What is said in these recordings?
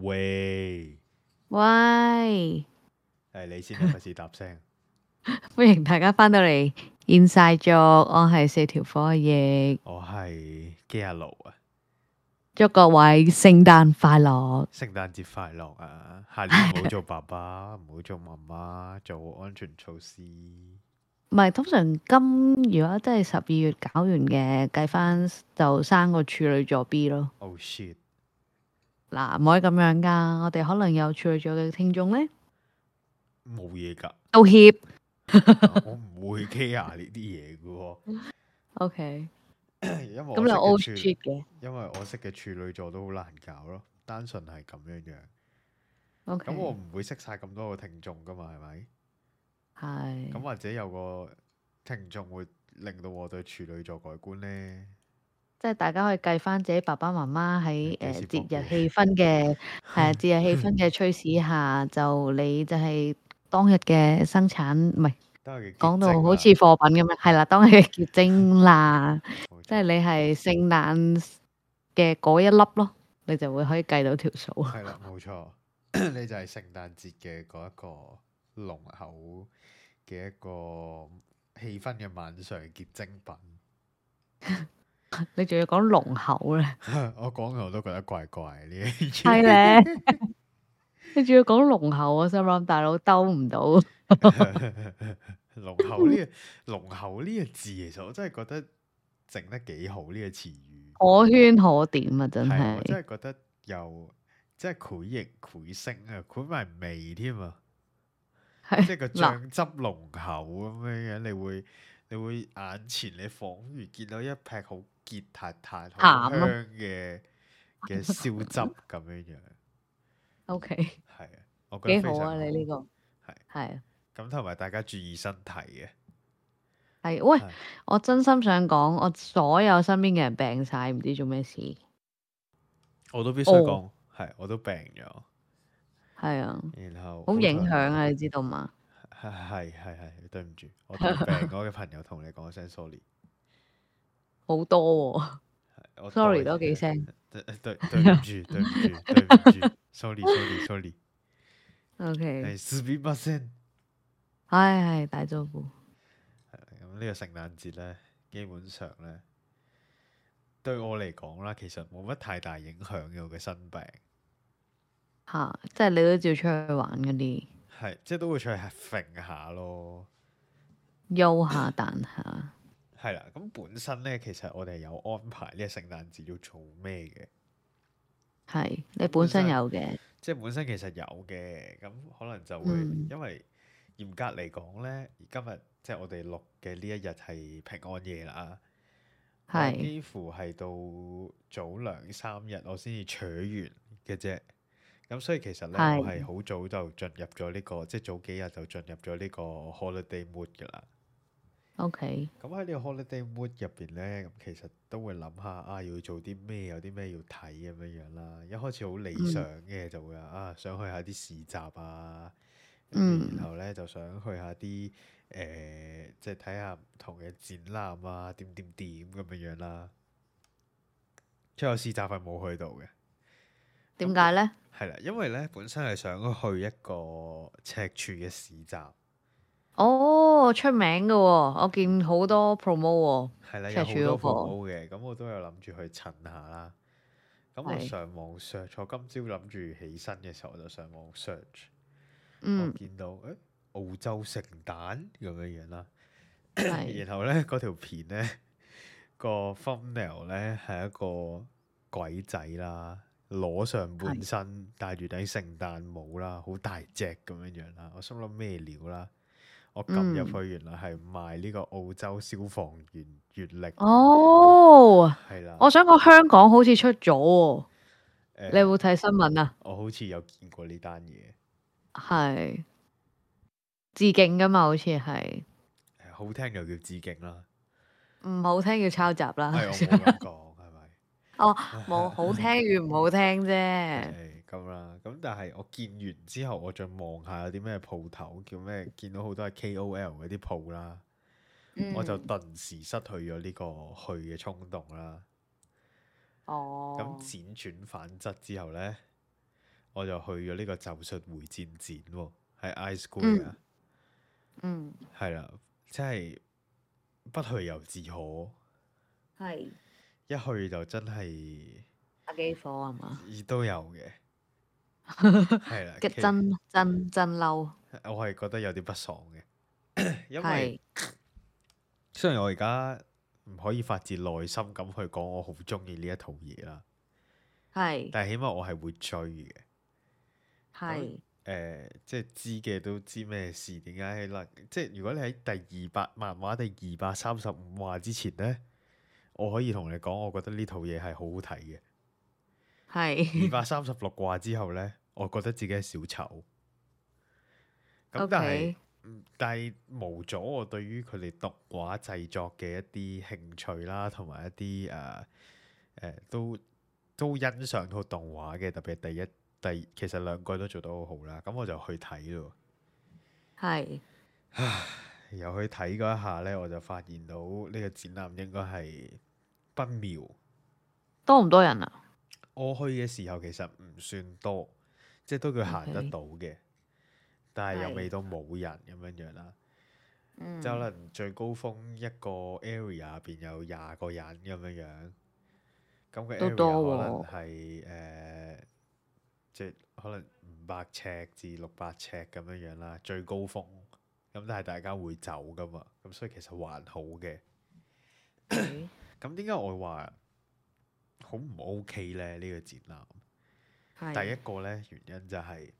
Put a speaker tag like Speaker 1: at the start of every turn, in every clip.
Speaker 1: 喂，
Speaker 2: 喂，
Speaker 1: 係你先啊，費事答聲。
Speaker 2: 歡迎大家翻到嚟 Inside Joke，我係四條火翼，
Speaker 1: 我係基亞奴啊，
Speaker 2: 祝各位聖誕快樂。
Speaker 1: 聖誕節快樂 啊！下年唔好做爸爸，唔好做媽媽，做安全措施。
Speaker 2: 唔係通常今如果真係十二月搞完嘅，計翻就生個處女座 B 咯。
Speaker 1: Oh shit！
Speaker 2: 嗱，唔可以咁樣噶，我哋可能有處女座嘅聽眾咧，
Speaker 1: 冇嘢 㗎，
Speaker 2: 道歉。
Speaker 1: 我唔會 care 呢啲嘢 㗎
Speaker 2: OK，
Speaker 1: 喎，因為我
Speaker 2: 咁就 O
Speaker 1: 哦識嘅處
Speaker 2: shit 嘅。
Speaker 1: 因為我識嘅處女座都好難搞咯，單純係咁樣樣。
Speaker 2: OK，
Speaker 1: 咁我唔會識晒咁多個聽眾㗎嘛，係咪？咁
Speaker 2: 係
Speaker 1: 或者有個聽眾會令到我對處女座改觀呢？
Speaker 2: 即係大家可以計翻自己爸爸媽媽喺
Speaker 1: 幾時
Speaker 2: 誒節
Speaker 1: 搏
Speaker 2: 日
Speaker 1: 嘢
Speaker 2: 氣氛嘅。係啊，節日氣氛嘅趨勢下，就你就係當日嘅生產，唔係
Speaker 1: 都係
Speaker 2: 講到好似貨品咁樣，係啦，當日嘅結晶啦，即係 你係聖誕嘅嗰一粒咯，你就會可以計到條數。啊
Speaker 1: 係啦，冇錯， 你就係聖誕節嘅嗰一個濃厚嘅一個氣氛嘅晚上結晶品。
Speaker 2: 你仲要講龍口咧，
Speaker 1: 我講嘅我都覺得怪怪呢啲嘢
Speaker 2: 係咧，你仲要講龍口，我心諗大佬兜唔到。
Speaker 1: 濃厚 呢個濃厚呢個字，其實我真係覺得整得幾好呢個詞語。
Speaker 2: 可圈可點啊！真
Speaker 1: 係，我
Speaker 2: 係
Speaker 1: 真係覺得又即係佢形佢聲啊，佢埋味添啊，
Speaker 2: 係
Speaker 1: 即係個醬汁濃厚咁樣樣，你會你會眼前你彷如見到一劈好結塌塌、好
Speaker 2: 鹹啊
Speaker 1: 香
Speaker 2: 咯
Speaker 1: 嘅 嘅燒汁咁樣樣，
Speaker 2: OK，
Speaker 1: 係啊，我覺得
Speaker 2: 幾
Speaker 1: 非
Speaker 2: 好
Speaker 1: 常
Speaker 2: 啊！你呢個
Speaker 1: 係
Speaker 2: 係
Speaker 1: 咁，同埋大家注意身體嘅，
Speaker 2: 係喂
Speaker 1: 係，
Speaker 2: 我真心想講，我所有身邊嘅人病晒，唔知做咩事。
Speaker 1: 我都必須講
Speaker 2: 哦
Speaker 1: 係，我都病咗，
Speaker 2: 係啊，
Speaker 1: 然後
Speaker 2: 好影響
Speaker 1: 啊，
Speaker 2: 啊，你知道嘛？
Speaker 1: 係係係，對唔住，我同病嗰嘅朋友同你講聲 sorry。
Speaker 2: 好多喎、
Speaker 1: 我
Speaker 2: sorry
Speaker 1: 代
Speaker 2: 多幾
Speaker 1: 你
Speaker 2: 聲。
Speaker 1: 對對對唔住，對唔住，對唔 住，sorry sorry sorry，
Speaker 2: O K，
Speaker 1: 係四比八先。
Speaker 2: 唉，係大招呼。
Speaker 1: 咁呢個聖誕節咧，基本上咧，對我嚟講啦，其實冇乜太大影響嘅我嘅新病，
Speaker 2: 吓、即係你都照出去玩嗰啲，
Speaker 1: 係即係都會出去揈下咯。
Speaker 2: 休下彈下。
Speaker 1: 係啦，咁本身咧，其實我哋有安排呢個聖誕節要做咩嘅，
Speaker 2: 係你本身有嘅，
Speaker 1: 即係本身其實有嘅，咁可能就會、
Speaker 2: 嗯
Speaker 1: 因為嚴格嚟講咧，而今日即係我哋錄嘅呢一日係平安夜啦。我
Speaker 2: 係
Speaker 1: 幾乎係到早兩三日我先至取完嘅啫。咁所以其實咧，
Speaker 2: 係
Speaker 1: 我係好早就進入咗呢、個，即係早幾日就進入咗呢個 holiday mood 㗎啦。
Speaker 2: O K，
Speaker 1: 咁喺呢個 holiday mood 入邊咧，咁其實都會諗下啊，要做啲咩，有啲咩要睇咁樣樣啦。一開始好理想嘅就會話啊，想去下啲市集啊，跟住
Speaker 2: 嗯
Speaker 1: 然後咧就想去下啲誒，即係睇下唔同嘅展覽啊，點點點咁樣樣啦。最後市集係冇去到嘅，
Speaker 2: 點解咧？
Speaker 1: 係啦，因為咧本身係想去一個赤柱嘅市集，
Speaker 2: 哦，出名嘅喎、我見好多 promo 喎、
Speaker 1: 係啦，
Speaker 2: 赤
Speaker 1: 有好多
Speaker 2: 柱嗰個
Speaker 1: promo 嘅，咁我都有諗住去襯下啦。咁我
Speaker 2: 係
Speaker 1: 上網 search，我今朝諗住起身嘅時候，我就上網 search，我
Speaker 2: 嗯，
Speaker 1: 見到誒、欸澳洲聖誕咁樣樣啦。
Speaker 2: 係
Speaker 1: 哦然後咧嗰條片咧個 thumbnail 咧係一個鬼仔啦，裸上半
Speaker 2: 係
Speaker 1: 身，戴住頂聖誕帽啦，好大隻咁樣樣啦。我心諗咩料啦？我撳入
Speaker 2: 嗯
Speaker 1: 去原來係賣呢個澳洲消防員月曆，
Speaker 2: 哦。
Speaker 1: 係啦。
Speaker 2: 我想講香港好似出咗喎、
Speaker 1: 誒
Speaker 2: 你有冇睇新聞啊？
Speaker 1: 呃我好似有見過呢單嘢，
Speaker 2: 係致敬噶嘛，好似係。
Speaker 1: 誒呃好聽就叫致敬啦。
Speaker 2: 唔好聽要抄襲啦，
Speaker 1: 係我冇咁講，係咪？
Speaker 2: 哦， 冇好聽與唔好聽啫，
Speaker 1: 係咁啦，咁但係我見完之後，我再望下有啲咩鋪頭，叫咩？見到好多係 KOL 嗰啲鋪啦，我就
Speaker 2: 嗯
Speaker 1: 頓時失去咗呢個去嘅衝動啦。咁
Speaker 2: 哦，
Speaker 1: 輾轉反側之後呢，我就去咗呢個咒術回戰展喎，喺 I School 啊，
Speaker 2: 嗯，
Speaker 1: 係啦，真係不去又自可，
Speaker 2: 係
Speaker 1: 一去就真係
Speaker 2: 打幾火係嘛？
Speaker 1: 亦都有嘅，係啦，
Speaker 2: 嘅
Speaker 1: 其
Speaker 2: 真真真嬲，
Speaker 1: 我係覺得有啲不爽嘅，因為
Speaker 2: 係
Speaker 1: 雖然我而家唔可以發自內心咁去講我好中意呢一套嘢啦，
Speaker 2: 係
Speaker 1: 但係起碼我係會追嘅。
Speaker 2: 係
Speaker 1: 誒、即係知嘅都知咩事，點解啦？即係如果你喺第二百漫畫第二百三十五話之前呢，我可以同你講，我覺得呢套嘢係好好睇嘅。
Speaker 2: 係
Speaker 1: 二百三十六話之後呢，我覺得自己係小丑。咁但係
Speaker 2: OK
Speaker 1: 嗯但係無阻我對於佢哋動畫製作嘅一啲興趣啦，同埋一啲誒誒都都欣賞套動畫嘅，特別係第一第其實兩季都做得好好啦。咁我就去睇咯。
Speaker 2: 係
Speaker 1: 又去睇嗰一下呢，我就發現到呢個展覽應該係不妙。
Speaker 2: 多唔多人啊？
Speaker 1: 我去嘅時候其實唔算多，即係都叫行得
Speaker 2: OK
Speaker 1: 到嘅，但係又
Speaker 2: 係
Speaker 1: 未到冇人咁樣樣啦。
Speaker 2: 嗯
Speaker 1: 即係可能最高峰一個 area 入邊有廿個人咁樣樣，咁個
Speaker 2: 都
Speaker 1: area
Speaker 2: 多
Speaker 1: 可能
Speaker 2: 喎
Speaker 1: 係誒、呃即係可能五百尺至六百尺咁樣樣啦，最高峰。咁但係大家會走噶嘛，咁所以其實還好嘅。
Speaker 2: 係
Speaker 1: 咁點解我話好唔 OK 呢？呢、個展覽？第一
Speaker 2: 係
Speaker 1: 個咧原因就係、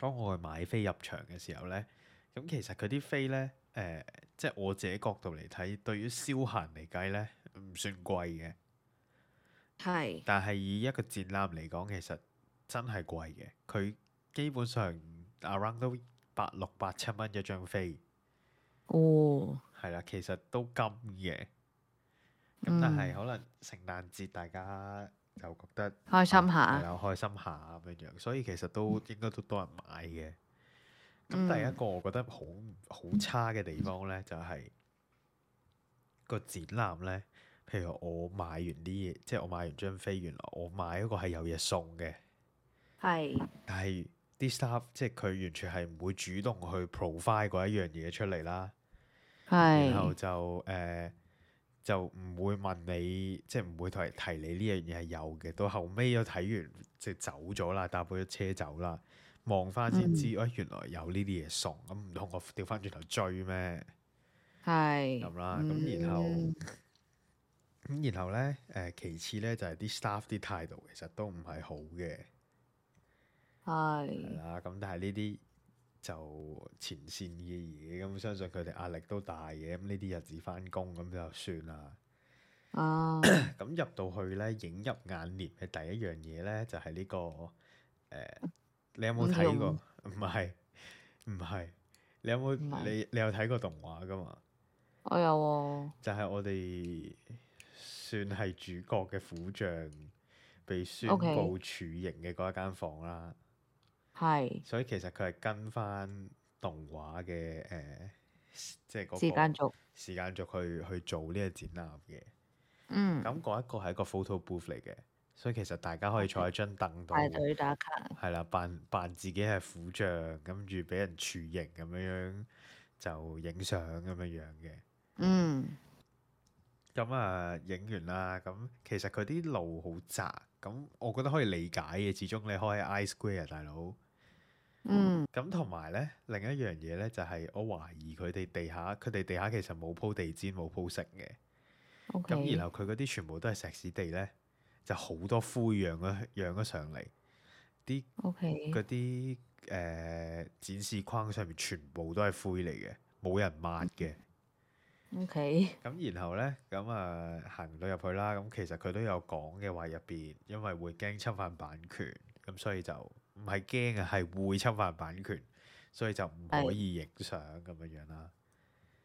Speaker 1: 當我去買飛入場嘅時候咧，咁其實佢啲飛咧，誒、即係我自己角度嚟睇，對於消閒嚟計咧，唔算貴嘅，
Speaker 2: 係
Speaker 1: 但係以一個展覽嚟講，其實真係貴嘅。佢基本上 around 都八六八七蚊一張飛，
Speaker 2: 哦，
Speaker 1: 係啦，其實都金嘅。咁但係
Speaker 2: 嗯
Speaker 1: 可能聖誕節大家就覺得
Speaker 2: 開心
Speaker 1: 係
Speaker 2: 下，
Speaker 1: 啦，開心下咁樣樣，所以其實都應該都多人買嘅。咁
Speaker 2: 嗯
Speaker 1: 第一個我覺得好好差嘅地方呢，就係、個展覽呢。譬如我買完啲嘢，即係我買完張飛，原來我買嗰個係有嘢送嘅，
Speaker 2: 係
Speaker 1: 但係啲 staff 即係佢完全係唔會主動去 provide 嗰一樣嘢出嚟啦。然後
Speaker 2: 係
Speaker 1: 就誒、呃就唔會問你，即係唔會提提你呢樣嘢係有嘅。到後尾我睇完即係走咗啦，搭咗車走啦，望翻先知，哎原來有呢啲嘢送，咁唔通我調翻轉頭追咩
Speaker 2: 係
Speaker 1: 咁啦？咁然後
Speaker 2: 嗯
Speaker 1: 咁然後咧誒、呃其次咧就係、啲 staff 啲態度其實都唔係好嘅，係
Speaker 2: 係
Speaker 1: 啦。咁但係呢啲。就前線嘅嘢，咁相信佢哋壓力都大嘅，咁呢啲日子翻工咁就算啦。
Speaker 2: 啊
Speaker 1: 咁入到去咧，映入眼簾嘅第一樣嘢咧，就係、呢、個誒、你有冇睇過？唔係，唔係，你有冇
Speaker 2: 唔係
Speaker 1: 你你有睇過動畫噶嘛？
Speaker 2: 我有喎，
Speaker 1: 就係、我哋算係主角嘅虎將被宣
Speaker 2: OK
Speaker 1: 布處刑嘅嗰一間房啦。
Speaker 2: 係
Speaker 1: 所以其實佢係跟翻動畫嘅誒、呃即係
Speaker 2: 時間
Speaker 1: 嗰個
Speaker 2: 軸，
Speaker 1: 時間軸去去做呢個展覽嘅。
Speaker 2: 嗯，
Speaker 1: 咁嗰一個係一個 photo booth 嚟嘅，所以其實大家可以坐喺張凳度，
Speaker 2: 排隊打卡，
Speaker 1: 係啦，扮扮自己係虎將，跟住俾人處刑咁樣樣就影相咁樣樣嘅。
Speaker 2: 嗯
Speaker 1: 咁啊，影完啦，咁其實佢啲路好窄，咁我覺得可以理解嘅，始終你開 I Square 啊大佬。
Speaker 2: 嗯
Speaker 1: 咁同埋呢，另一樣嘢呢，就係、我懷疑佢哋地下，佢哋地下其實冇鋪地氈，冇鋪石嘅。
Speaker 2: 嗯，OK，
Speaker 1: 咁然後佢嗰啲全部都係石屎地咧，就好多灰揚咗揚咗上嚟，啲
Speaker 2: OK，
Speaker 1: 嗰啲誒展示框上面全部都係灰嚟嘅，冇人抹嘅。
Speaker 2: OK，
Speaker 1: 咁然後咧，咁啊行到入去啦，咁其實佢都有講嘅話入邊，因為會驚侵犯版權，咁所以就唔係驚啊，係會侵犯版權，所以就唔可
Speaker 2: 係
Speaker 1: 以影相咁樣樣啦。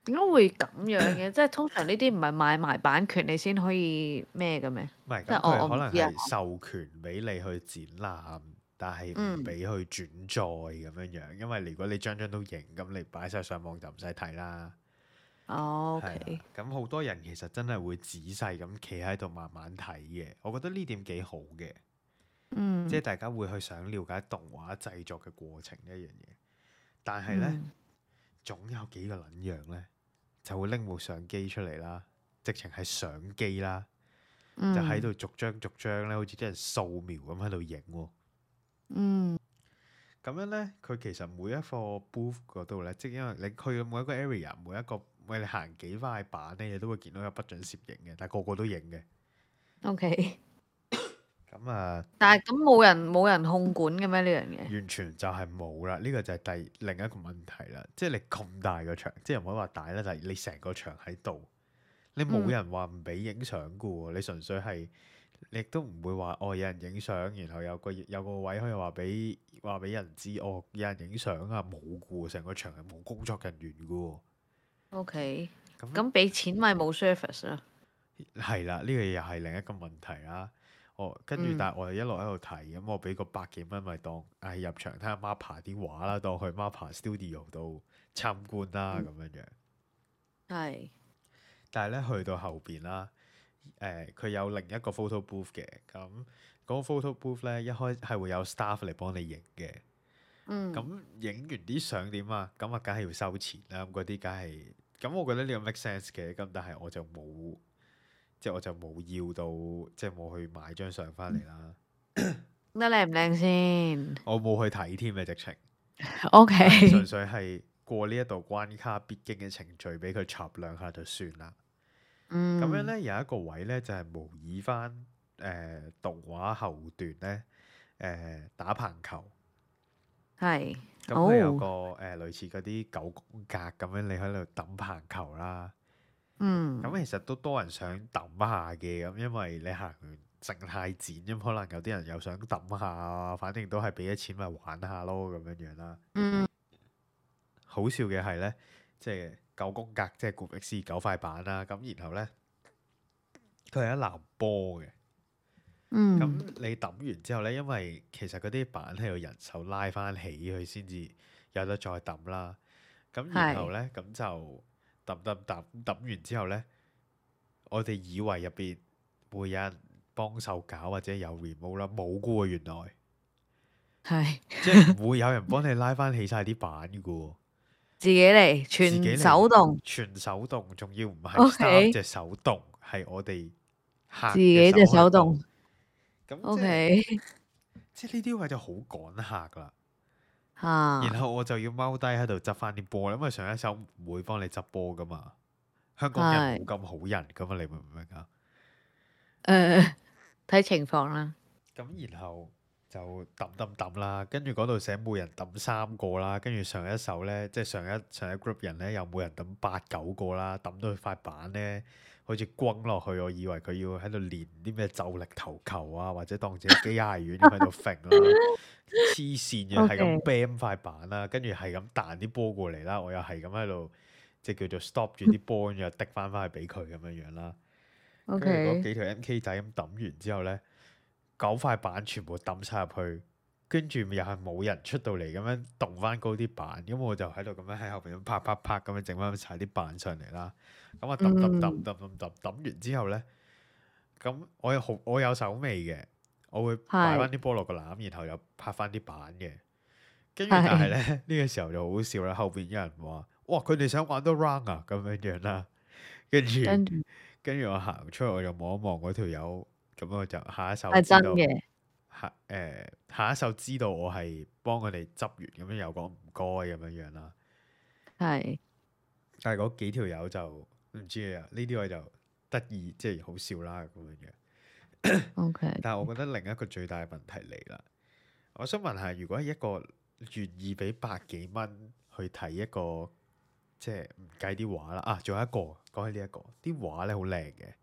Speaker 2: 點解會咁樣嘅？即係通常呢啲唔係買埋版權你先可以咩嘅咩？
Speaker 1: 唔係，
Speaker 2: 即係
Speaker 1: 咁
Speaker 2: 我我
Speaker 1: 佢
Speaker 2: 唔
Speaker 1: 可能
Speaker 2: 知啊
Speaker 1: 係授權俾你去展覽，但係唔
Speaker 2: 嗯
Speaker 1: 俾佢轉載咁樣樣，因為如果你張張都影，咁你擺晒上網就唔使睇啦。
Speaker 2: 哦
Speaker 1: 係啦
Speaker 2: ，OK，
Speaker 1: 咁好多人其實真係會仔細咁企喺度慢慢睇嘅，我覺得呢點幾好嘅，
Speaker 2: 嗯，
Speaker 1: 即係大家會去想了解動畫製作嘅過程呢一樣嘢。但係呢，
Speaker 2: 嗯
Speaker 1: 總有幾個撚樣呢，就會拎部相機出嚟啦，直情係相機啦，
Speaker 2: 嗯
Speaker 1: 就喺度逐張逐張呢，好似啲人掃描咁喺度影喎。
Speaker 2: 嗯
Speaker 1: 咁樣咧，佢其實每一個 booth 嗰度咧，即係因為你去到每一個 area，每一個喂你行幾塊板咧，你都會見到有不準攝影嘅，但係個個都影嘅。
Speaker 2: ，OK。
Speaker 1: 咁啊，
Speaker 2: 但係咁冇人冇人控管嘅咩呢樣嘢？
Speaker 1: 完全就係冇啦。呢、個就係第另一個問題啦。即係你咁大個場，即係唔可以話大啦，但係你成個場喺度，你冇
Speaker 2: 嗯
Speaker 1: 人話唔俾影相嘅喎。你純粹係，你亦都唔會話哦有人影相，然後有個有個位可以話俾話俾人知哦有人影相啊冇嘅喎，成個場係冇工作人員嘅喎。嗯
Speaker 2: O K，
Speaker 1: 咁
Speaker 2: 咁俾錢咪冇 service 啦。
Speaker 1: 係啦，呢、個又係另一個問題啦。我跟住
Speaker 2: 嗯，
Speaker 1: 但係我哋一路喺度睇，咁我俾個百幾蚊咪當唉入場睇下 Marpa 啲畫啦，當去 Marpa Studio 度參觀啦咁
Speaker 2: 嗯
Speaker 1: 樣樣。
Speaker 2: 係，
Speaker 1: 但係咧去到後邊啦，誒、佢有另一個 photo booth 嘅，咁嗰個 photo booth 咧一開係會有 staff 嚟幫你影嘅。咁
Speaker 2: 嗯
Speaker 1: 影完啲相點啊？咁啊，梗係要收錢啦。咁嗰啲梗係，咁我覺得呢個 make sense 嘅。咁但係我就冇，即係我就冇要到，即係冇去買張相翻嚟
Speaker 2: 嗯
Speaker 1: 啦。
Speaker 2: 得靚唔靚先
Speaker 1: 我冇去睇添嘅啊直 情，
Speaker 2: ？O
Speaker 1: 係
Speaker 2: K，
Speaker 1: 純粹係過呢一度關卡必經嘅程序，俾佢插兩下就算啦。咁樣
Speaker 2: 嗯
Speaker 1: 咧有一個位咧就係、模擬翻誒、呃、動畫後段咧誒、呃打棒球。
Speaker 2: 係，
Speaker 1: 咁佢有個
Speaker 2: 哦，
Speaker 1: 誒、呃、類似嗰啲九宮格咁樣，你喺度揼棒球啦。
Speaker 2: 嗯
Speaker 1: 咁其實都多人想揼下嘅，咁因為你行完靜態展，咁可能有啲人又想揼下啊，反正都係俾咗錢咪玩下咯咁樣樣啦。
Speaker 2: 嗯
Speaker 1: 好笑嘅係咧，即係九宮格，即係顧名思義九塊板啦。咁然後咧，佢係一籃波嘅。咁
Speaker 2: 嗯
Speaker 1: 你揼完之後咧，因為其實嗰啲板係要人手拉翻起佢先至有得再揼啦。咁然後
Speaker 2: 係，
Speaker 1: 咧，咁就揼揼揼揼完之後咧，我哋以為入邊會有人幫手搞或者有 remote 啦，冇嘅喎原來，
Speaker 2: 係
Speaker 1: 即係唔會有人幫你拉翻起晒啲板嘅喎，
Speaker 2: 自己嚟，
Speaker 1: 自
Speaker 2: 全
Speaker 1: 己
Speaker 2: 手
Speaker 1: 嚟
Speaker 2: 動
Speaker 1: 全手動，仲要唔係
Speaker 2: ，O
Speaker 1: staff
Speaker 2: K，
Speaker 1: 隻手動，係我哋客
Speaker 2: 自
Speaker 1: 嘅
Speaker 2: 己隻
Speaker 1: 手喺
Speaker 2: 手
Speaker 1: 度，
Speaker 2: 動
Speaker 1: 咁
Speaker 2: ，O
Speaker 1: 即係
Speaker 2: K，
Speaker 1: 即係呢啲位就好趕客啦。然
Speaker 2: 嚇
Speaker 1: 後我就要踎低喺度執翻啲波啦，因為上一手唔會幫你執波噶嘛。香港人冇
Speaker 2: 係，
Speaker 1: 咁好人噶嘛，你明唔明啊？
Speaker 2: 誒睇情況啦，
Speaker 1: 咁然後就揼揼揼啦，跟住嗰度寫每人揼三個啦，跟住上一手咧，即係上一上一 group 人咧，又每人揼八九個啦，揼到佢塊板咧，好似轟落去，我以為佢要喺度練啲咩就力投球啊，或者當自己機械人咁喺度揈啦，黐線嘅
Speaker 2: O
Speaker 1: 係咁
Speaker 2: K，
Speaker 1: bam 塊板啦，跟住係咁彈啲波過嚟啦，我又係咁喺度即係叫做 stop 住啲波，跟住又滴翻翻去俾佢咁樣樣啦。
Speaker 2: O
Speaker 1: 跟住嗰
Speaker 2: K，
Speaker 1: 幾條 MK 仔咁揼完之後咧，九塊板全部揼晒入去，跟住又係冇人出到嚟咁樣動翻高啲板，咁我就喺度咁樣喺後邊咁啪啪啪咁樣整翻晒啲板上嚟啦。咁啊揼揼揼
Speaker 2: 嗯，
Speaker 1: 揼揼揼揼完之後咧，咁我有好我有手尾嘅，我會擺翻
Speaker 2: 係
Speaker 1: 啲波落個籃，然後又拍翻啲板嘅。跟住但係
Speaker 2: 係，
Speaker 1: 咧呢個時候就好笑啦，後邊有人話：哇，佢哋想玩多 round 啊咁樣樣啦。跟住
Speaker 2: 跟住
Speaker 1: 跟住我行出去，我就望一望嗰條友，咁我就下一手
Speaker 2: 係
Speaker 1: 知
Speaker 2: 真
Speaker 1: 道
Speaker 2: 嘅，
Speaker 1: 下誒、下一手知道我係幫佢哋執完，咁樣又講唔該咁樣樣啦。
Speaker 2: 係，
Speaker 1: 但係嗰幾條友就唔知啊，呢啲位就得意，即係好笑啦咁樣樣。
Speaker 2: O K，
Speaker 1: 但係 我覺得另一個最大嘅問題嚟啦，我想問下，如果一個願意俾百幾蚊去睇一個，即係唔計啲畫啦，啊，仲有一個講起呢、一個，啲畫咧好靚嘅。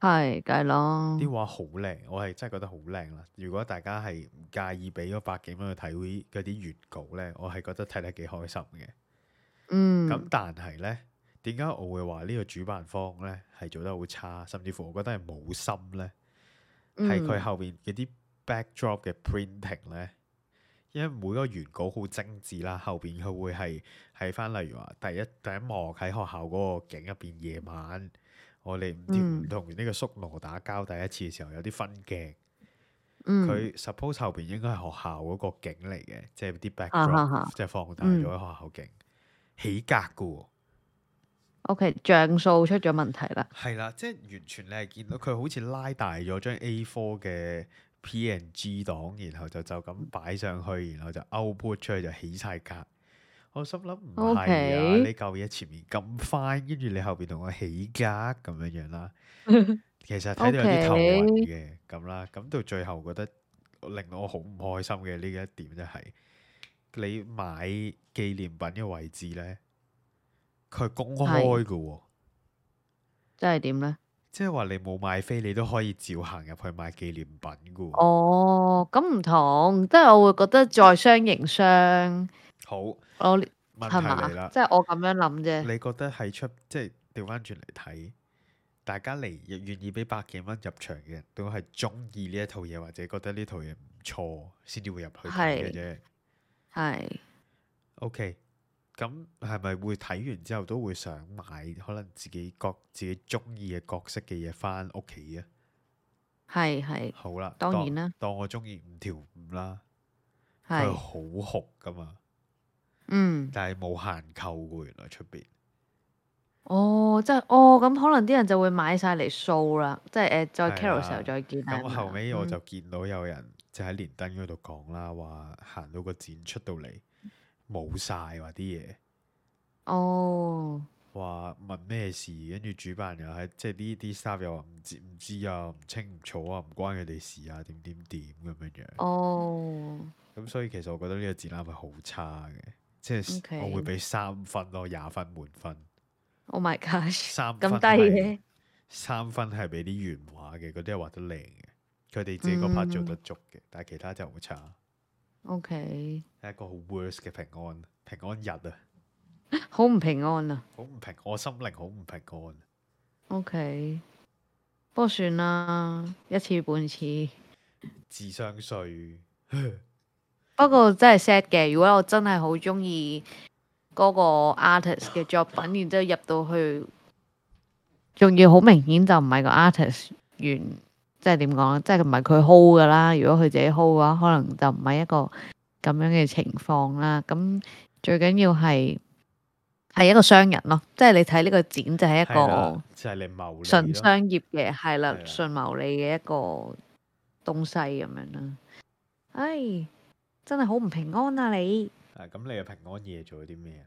Speaker 2: 係，梗係
Speaker 1: 啲
Speaker 2: 咯，
Speaker 1: 畫好靚，我係真係覺得好靚啦。如果大家係唔介意俾嗰百幾蚊去睇嗰啲嗰啲原稿呢，我係覺得睇得幾開心嘅。咁
Speaker 2: 嗯
Speaker 1: 但係呢，點解我會話呢個主辦方呢係做得好差，甚至乎我覺得係冇心呢？係佢
Speaker 2: 嗯。
Speaker 1: 後面嗰啲 backdrop 嘅 printing 呢，因為每個原稿好精緻啦，後邊佢會係喺翻例如話第一第一幕喺學校嗰個景入邊夜晚，我哋唔知唔
Speaker 2: 嗯，
Speaker 1: 同呢個宿奴打交第一次嘅時候有啲分鏡。
Speaker 2: 嗯，
Speaker 1: 佢 suppose 後邊應該係學校嗰個景嚟嘅，即係啲
Speaker 2: 啊啊
Speaker 1: backdrop，即係放大咗喺學
Speaker 2: 嗯
Speaker 1: 校景，起格嘅喎。
Speaker 2: OK，像素出咗 問題啦。
Speaker 1: 係啦，即係完全你係見到佢好似拉大咗張 A4 嘅 PNG 檔，然後就就咁擺上去，然後就 output 出去就起晒格。我心諗唔係啊
Speaker 2: OK
Speaker 1: 你嚿嘢前面咁 fine，跟住你後邊同我起格咁樣樣啦。其實睇到有啲頭暈嘅咁啦，咁到最後覺得令我好唔開心嘅呢一點就係、你買紀念品嘅位置呢，佢係公開嘅喎。
Speaker 2: 即係點咧？
Speaker 1: 即係話你冇買飛，你都可以照行入去買紀念品噶。
Speaker 2: 哦，咁唔同，即係我會覺得在商言商，
Speaker 1: 好，
Speaker 2: 我
Speaker 1: 問題
Speaker 2: 係嘛
Speaker 1: 嚟，啦
Speaker 2: 即，係我咁樣諗啫。
Speaker 1: 你覺得喺出即係調翻轉嚟睇，大家嚟願意俾百幾蚊入場嘅人都係中意呢一套嘢，或者覺得呢套嘢唔錯，先至會入去睇嘅
Speaker 2: 係
Speaker 1: 啫。
Speaker 2: 係
Speaker 1: OK，咁係咪會睇完之後都會想買可能自己角自己中意嘅角色嘅嘢翻屋企啊？
Speaker 2: 係係，
Speaker 1: 好啦，
Speaker 2: 當
Speaker 1: 當
Speaker 2: 然啦，
Speaker 1: 當我中意五條五啦，佢係
Speaker 2: 係
Speaker 1: 好紅噶嘛。
Speaker 2: 嗯，
Speaker 1: 但係冇限購嘅喎，原來出邊
Speaker 2: 哦，即係哦，咁可能啲人就會買晒嚟掃啦，即係誒
Speaker 1: 係
Speaker 2: 再
Speaker 1: 啦
Speaker 2: Carousel 再見啊
Speaker 1: 咁
Speaker 2: 咁
Speaker 1: 後
Speaker 2: 樣
Speaker 1: 尾我
Speaker 2: 嗯
Speaker 1: 就見到有人就喺連登嗰度講啦，話行到個展出到嚟冇晒話啲嘢，
Speaker 2: 哦，
Speaker 1: 話問咩事，跟住主辦又喺即係呢啲 staff 又話唔知唔知啊，唔清唔楚啊，唔關佢哋事啊，點點點咁樣樣。
Speaker 2: 哦
Speaker 1: 咁所以其實我覺得呢個展覽係好差嘅，即係
Speaker 2: OK
Speaker 1: 我會俾三分咯，廿分滿分，
Speaker 2: ，Oh my gosh，
Speaker 1: 三分
Speaker 2: 咁低
Speaker 1: 係
Speaker 2: 嘅，
Speaker 1: 三分係俾啲原畫嘅，嗰啲係畫得靚嘅，佢哋自己嗰 part 做得足嘅，但係其他就好差，
Speaker 2: ，OK，
Speaker 1: 係一個好 worse 嘅平安平安日啊，
Speaker 2: 好唔平安啊
Speaker 1: 好唔平，我心靈好唔平安。
Speaker 2: ，OK，不過算啦，一次半次。
Speaker 1: 智商税
Speaker 2: 不過真係 sad 嘅，如果我真係好中意嗰個 artist 嘅作品，然之後入到去，仲要好明顯就唔係個 artist 原，即係點講咧？即係唔係佢 hold 噶啦？如果佢自己 hold 嘅話，可能就唔係一個咁樣嘅情況啦。咁最緊要係係一個商人咯，即係你睇呢個展就係一
Speaker 1: 係
Speaker 2: 個
Speaker 1: 啦，就係你謀利
Speaker 2: 純
Speaker 1: 咯，
Speaker 2: 商業嘅，係
Speaker 1: 係，
Speaker 2: 啦
Speaker 1: 啦
Speaker 2: 純牟利嘅一個東西咁樣啦。唉，真係好唔平安啊你！
Speaker 1: 啊咁你嘅平安夜做咗啲咩啊？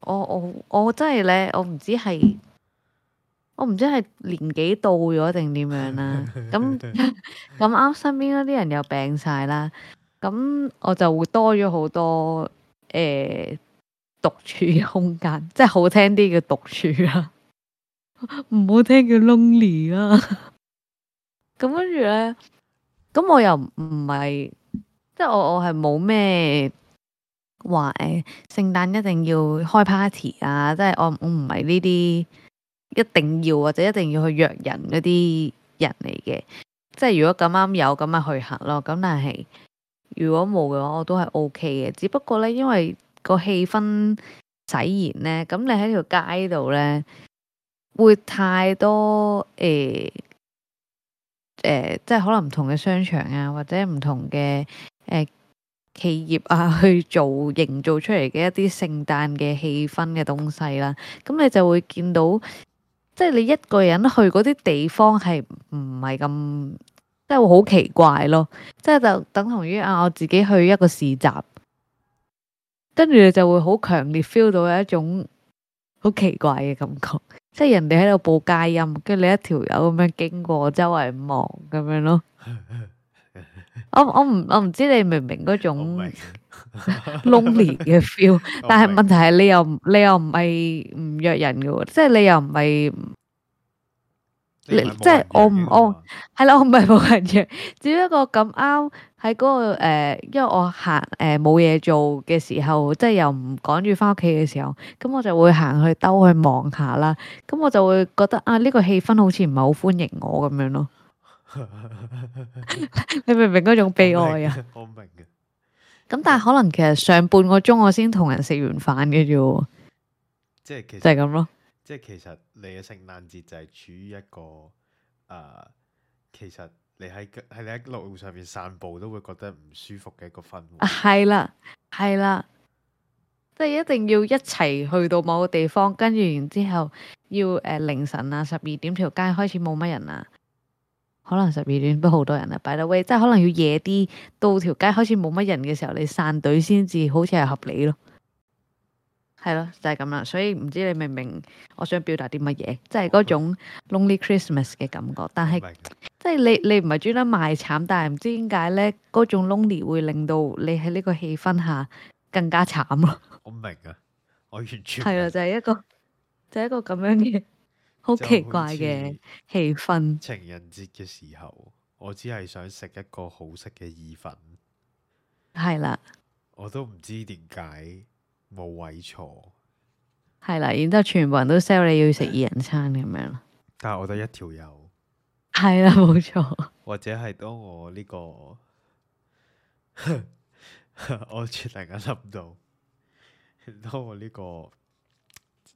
Speaker 2: 我我我真係咧，我唔知係，我唔知係年紀到咗定點樣啦。咁咁啱身邊嗰啲人又病晒啦，咁我就會多咗好多誒、呃、獨處嘅空間， 即係好聽啲叫獨處啦， 唔好聽叫 lonely 啦。咁跟住咧，咁我又唔唔係，即係我我係冇咩話誒。聖誕一定要開 party 啊！即係我我唔係呢啲一定要或者一定要去約人嗰啲人嚟嘅。即係如果咁啱有咁咪去行咯。咁但係如果冇嘅話，我都係 O K 嘅。只不過呢，因為個氣氛使然呢，咁你喺條街度呢，會太多誒誒、呃即係可能唔同嘅商場啊，或者唔同嘅誒。呃企業啊去做營造出嚟嘅一啲聖誕嘅氣氛嘅東西啦，咁你就會見到，即係你一個人去嗰啲地方係唔係咁，即係會好奇怪咯，即係就等同於啊我自己去一個市集，跟住你就會好強烈 feel 到有一種好奇怪嘅感覺，即係人哋喺度報街音，跟住你一條友咁樣經過周圍望咁樣咯。我我唔我唔知你明唔明嗰
Speaker 1: 我唔
Speaker 2: 種
Speaker 1: 明，
Speaker 2: lonely 嘅 feel，
Speaker 1: 我唔
Speaker 2: 但係
Speaker 1: 明
Speaker 2: 問題係你又唔你又唔係唔約人嘅喎，即係你又唔係
Speaker 1: 你
Speaker 2: 你
Speaker 1: 唔係冇
Speaker 2: 即係
Speaker 1: 人
Speaker 2: 我唔
Speaker 1: 約嘅
Speaker 2: 我
Speaker 1: 嘛
Speaker 2: 係啦，我唔係冇人約， 只不過咁啱喺嗰個誒，因為我行誒冇嘢做嘅時候，即係又唔趕住翻屋企嘅時候，咁我就會行去兜去望下啦，咁我就會覺得啊呢個氣氛好似唔係好歡迎我咁樣咯， 你明唔明嗰種悲哀啊？！
Speaker 1: 我唔明嘅，
Speaker 2: 咁但係可能其實上半個鐘我先同人食完飯嘅啫喎，
Speaker 1: 即係其
Speaker 2: 就
Speaker 1: 實
Speaker 2: 係咁咯。
Speaker 1: 即係其實你嘅聖誕節就係處於一個誒、呃其實你喺喺你喺路上面散步都會覺得唔舒服嘅一個氛圍。
Speaker 2: 係啦，係啦，即係一定要一齊去到某個地方，跟住然之後要誒、呃凌晨啊十二點條街開始冇乜人啦，可能十二點都好多人啦。By the way，即係可能要夜啲到條街開始冇乜人嘅時候，你散隊先至好似係合理咯。係咯，就係咁啦。所以唔知你明唔明我想表達啲乜嘢？即係嗰種 lonely Christmas 嘅感覺，但係
Speaker 1: 明啊
Speaker 2: 即係你你唔係專登賣慘，但係唔知點解咧，嗰種 lonely 會令到你喺呢個氣氛下更加慘咯。
Speaker 1: 我明啊，我完全
Speaker 2: 係
Speaker 1: 明啊
Speaker 2: 啦，就係、一個就係、一個咁樣嘅好
Speaker 1: 就
Speaker 2: 奇
Speaker 1: 好
Speaker 2: 怪
Speaker 1: 似
Speaker 2: 嘅氣氛。
Speaker 1: 情人節嘅時候，我只係想食一個好食嘅意粉，
Speaker 2: 係啦，
Speaker 1: 我都唔知點解冇位坐，
Speaker 2: 係啦，然之後全部人都 sell 你要食二人餐咁樣咯。
Speaker 1: 但係我得一條友，
Speaker 2: 係啦，冇錯。
Speaker 1: 或者係當我呢、個， 我突然間諗到，當我呢、個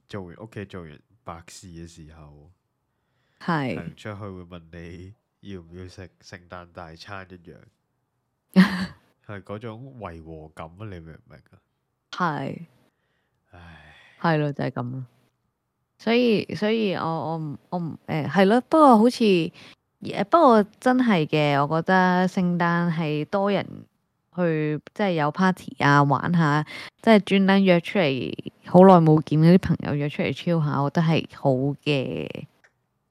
Speaker 1: 做完屋企做完白事嘅時候，
Speaker 2: 係
Speaker 1: 行出去會問你要唔要食聖誕大餐一樣，係嗰種違和感啊！你明唔明啊？
Speaker 2: 係
Speaker 1: 唉，
Speaker 2: 係咯，就係咁咯。所以所以我我唔我唔誒係咯，不過好似誒不過真係嘅，我覺得聖誕係多人去即係有 party 啊玩下，即係專登約出嚟好耐冇見嗰啲朋友約出嚟 chill 下，我覺得係好嘅。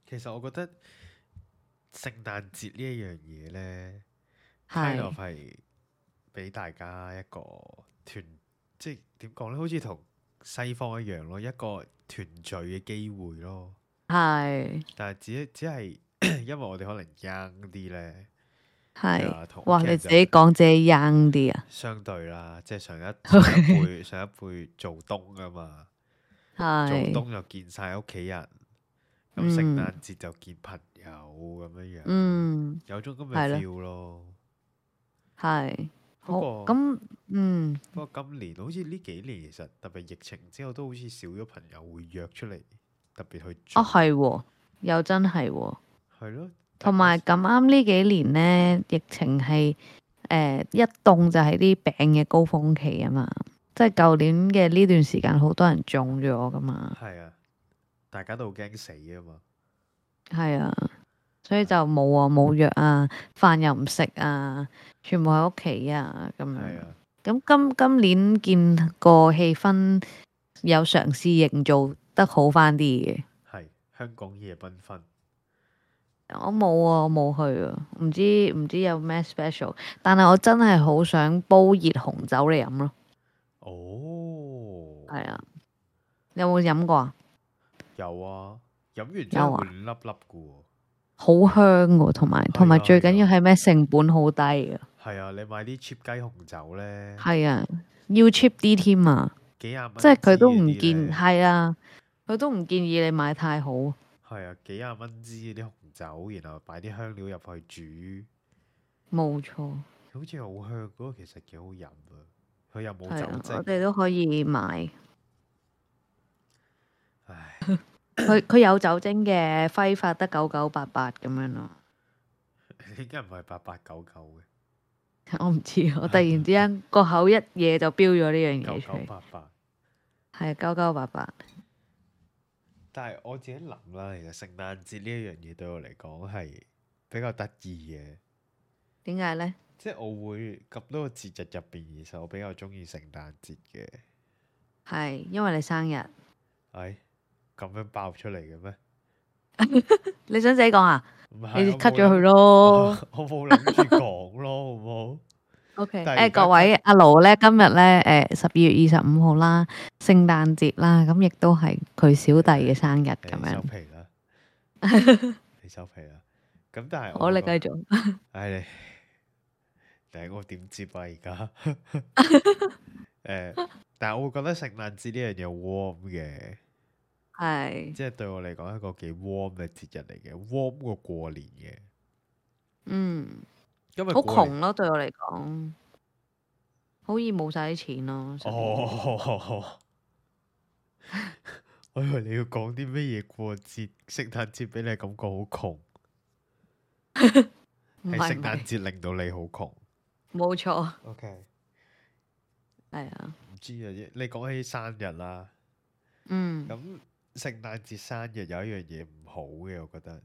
Speaker 1: 其實我覺得聖誕節呢一樣嘢呢，
Speaker 2: 係
Speaker 1: kind of 係俾大家一個團，即係點講呢？好似同西方一樣咯，一個團聚嘅機會咯。
Speaker 2: 係
Speaker 1: 但係只只係 因為我哋可能 young 啲呢，
Speaker 2: 係，
Speaker 1: 啊同屋
Speaker 2: 哇！
Speaker 1: 企
Speaker 2: 你
Speaker 1: 人
Speaker 2: 自
Speaker 1: 就
Speaker 2: 己講自己 young 啲啊，
Speaker 1: 相對啦，即係上一上一輩上一輩做冬啊嘛，做
Speaker 2: 啊係，
Speaker 1: 冬就見晒屋企人，
Speaker 2: 嗯
Speaker 1: 咁聖誕節就見朋友咁樣樣，
Speaker 2: 嗯，
Speaker 1: 有種咁
Speaker 2: 係
Speaker 1: 嘅
Speaker 2: 咯
Speaker 1: feel 咯。
Speaker 2: 係，好
Speaker 1: 不過
Speaker 2: 咁，嗯，
Speaker 1: 不過今年好似呢幾年其實特別疫情之後都好似少咗朋友會約出嚟，特別去
Speaker 2: 哦
Speaker 1: 做
Speaker 2: 係喎，又真係喎。
Speaker 1: 係咯，
Speaker 2: 同埋咁啱呢幾年呢，疫情係誒、呃一凍就係啲病嘅高峰期啊嘛，即係舊年嘅呢段時間好多人中咗噶嘛，
Speaker 1: 係啊，大家都好驚死啊嘛，
Speaker 2: 係啊，所以就冇啊冇藥啊，飯又唔食啊，全部喺屋企啊咁樣。
Speaker 1: 係啊，
Speaker 2: 咁今今年見個氣氛有嘗試營造得好翻啲嘅。
Speaker 1: 係香港夜繽紛，
Speaker 2: 我冇啊，我冇去啊，唔知唔知有咩 special，但係我真係好想煲熱紅酒嚟飲咯，
Speaker 1: 哦，
Speaker 2: 係啊，你有冇飲過啊？
Speaker 1: 有啊，飲完之
Speaker 2: 有
Speaker 1: 後
Speaker 2: 啊
Speaker 1: 會粒粒嘅喎。
Speaker 2: 好香喎，同埋同埋
Speaker 1: 係啊
Speaker 2: 最緊要
Speaker 1: 係
Speaker 2: 係咩？成本好低啊，
Speaker 1: 係啊，你買啲 cheap 雞紅酒咧，
Speaker 2: 係啊，要 cheap 啲添啊，
Speaker 1: 幾廿蚊，
Speaker 2: 即係佢都唔
Speaker 1: 見
Speaker 2: 建，係啊，佢都唔建議你買太好，
Speaker 1: 係啊，幾廿蚊支嗰啲紅酒，然後擺啲香料入去
Speaker 2: 冇錯，
Speaker 1: 煮，好似好香嗰個，其實幾好飲啊。佢又冇
Speaker 2: 係啊
Speaker 1: 酒，
Speaker 2: 我
Speaker 1: 精，
Speaker 2: 哋都可以買，
Speaker 1: 唉，
Speaker 2: 佢佢有酒精嘅，揮發得九九八八咁樣咯。
Speaker 1: 點解唔係八八九九
Speaker 2: 我唔知，啊我突然之間個口一嘢就標咗呢
Speaker 1: 嘅
Speaker 2: 樣嘢
Speaker 1: 九
Speaker 2: 出嚟
Speaker 1: 九，八八？
Speaker 2: 係啊九九八八，
Speaker 1: 但係我自己諗啦，其實聖誕節呢一樣嘢對我嚟講係比較得意嘅，
Speaker 2: 點解呢？
Speaker 1: 即係我會咁多個節日入邊，其實我比較中意聖誕節嘅。
Speaker 2: 係因為你生日，
Speaker 1: 唉，咁樣爆出嚟嘅咩？
Speaker 2: 你想自己講啊？
Speaker 1: 唔係，
Speaker 2: 你
Speaker 1: 我
Speaker 2: cut
Speaker 1: 冇哦諗
Speaker 2: 咗佢咯。
Speaker 1: 我我冇諗住講咯，好唔
Speaker 2: OK，
Speaker 1: 但係而
Speaker 2: 誒
Speaker 1: 家
Speaker 2: 各位阿盧呢，今日呢，誒十二月二十五號啦，聖誕節啦，咁亦都係佢小弟嘅生日 咁
Speaker 1: 好？你收
Speaker 2: 樣。
Speaker 1: 皮啦， 你收皮啦。咁但係
Speaker 2: 好，你
Speaker 1: 會覺，
Speaker 2: 繼續。
Speaker 1: 唉你，誒我點接啊？而 家 誒，但係我會覺得聖誕節呢樣嘢 warm 嘅，
Speaker 2: 係，
Speaker 1: 即係對我嚟講係一個幾 warm 嘅節日嚟嘅，warm 過過年嘅。
Speaker 2: 嗯，
Speaker 1: 因為
Speaker 2: 好
Speaker 1: 過年
Speaker 2: 窮啊咯，對我嚟講，好易冇晒啲錢咯。十二月
Speaker 1: 哦， 我以為你要講啲咩嘢過節，聖誕節俾你感覺好窮。
Speaker 2: 唔
Speaker 1: 係
Speaker 2: 係
Speaker 1: 聖
Speaker 2: 唔
Speaker 1: 誕
Speaker 2: 係，
Speaker 1: 節令到你好窮。
Speaker 2: 冇錯，
Speaker 1: OK，
Speaker 2: 係啊，
Speaker 1: 唔知啊，你講起生日啦，
Speaker 2: 嗯，
Speaker 1: 咁聖誕節生日有一樣嘢唔好嘅，我覺得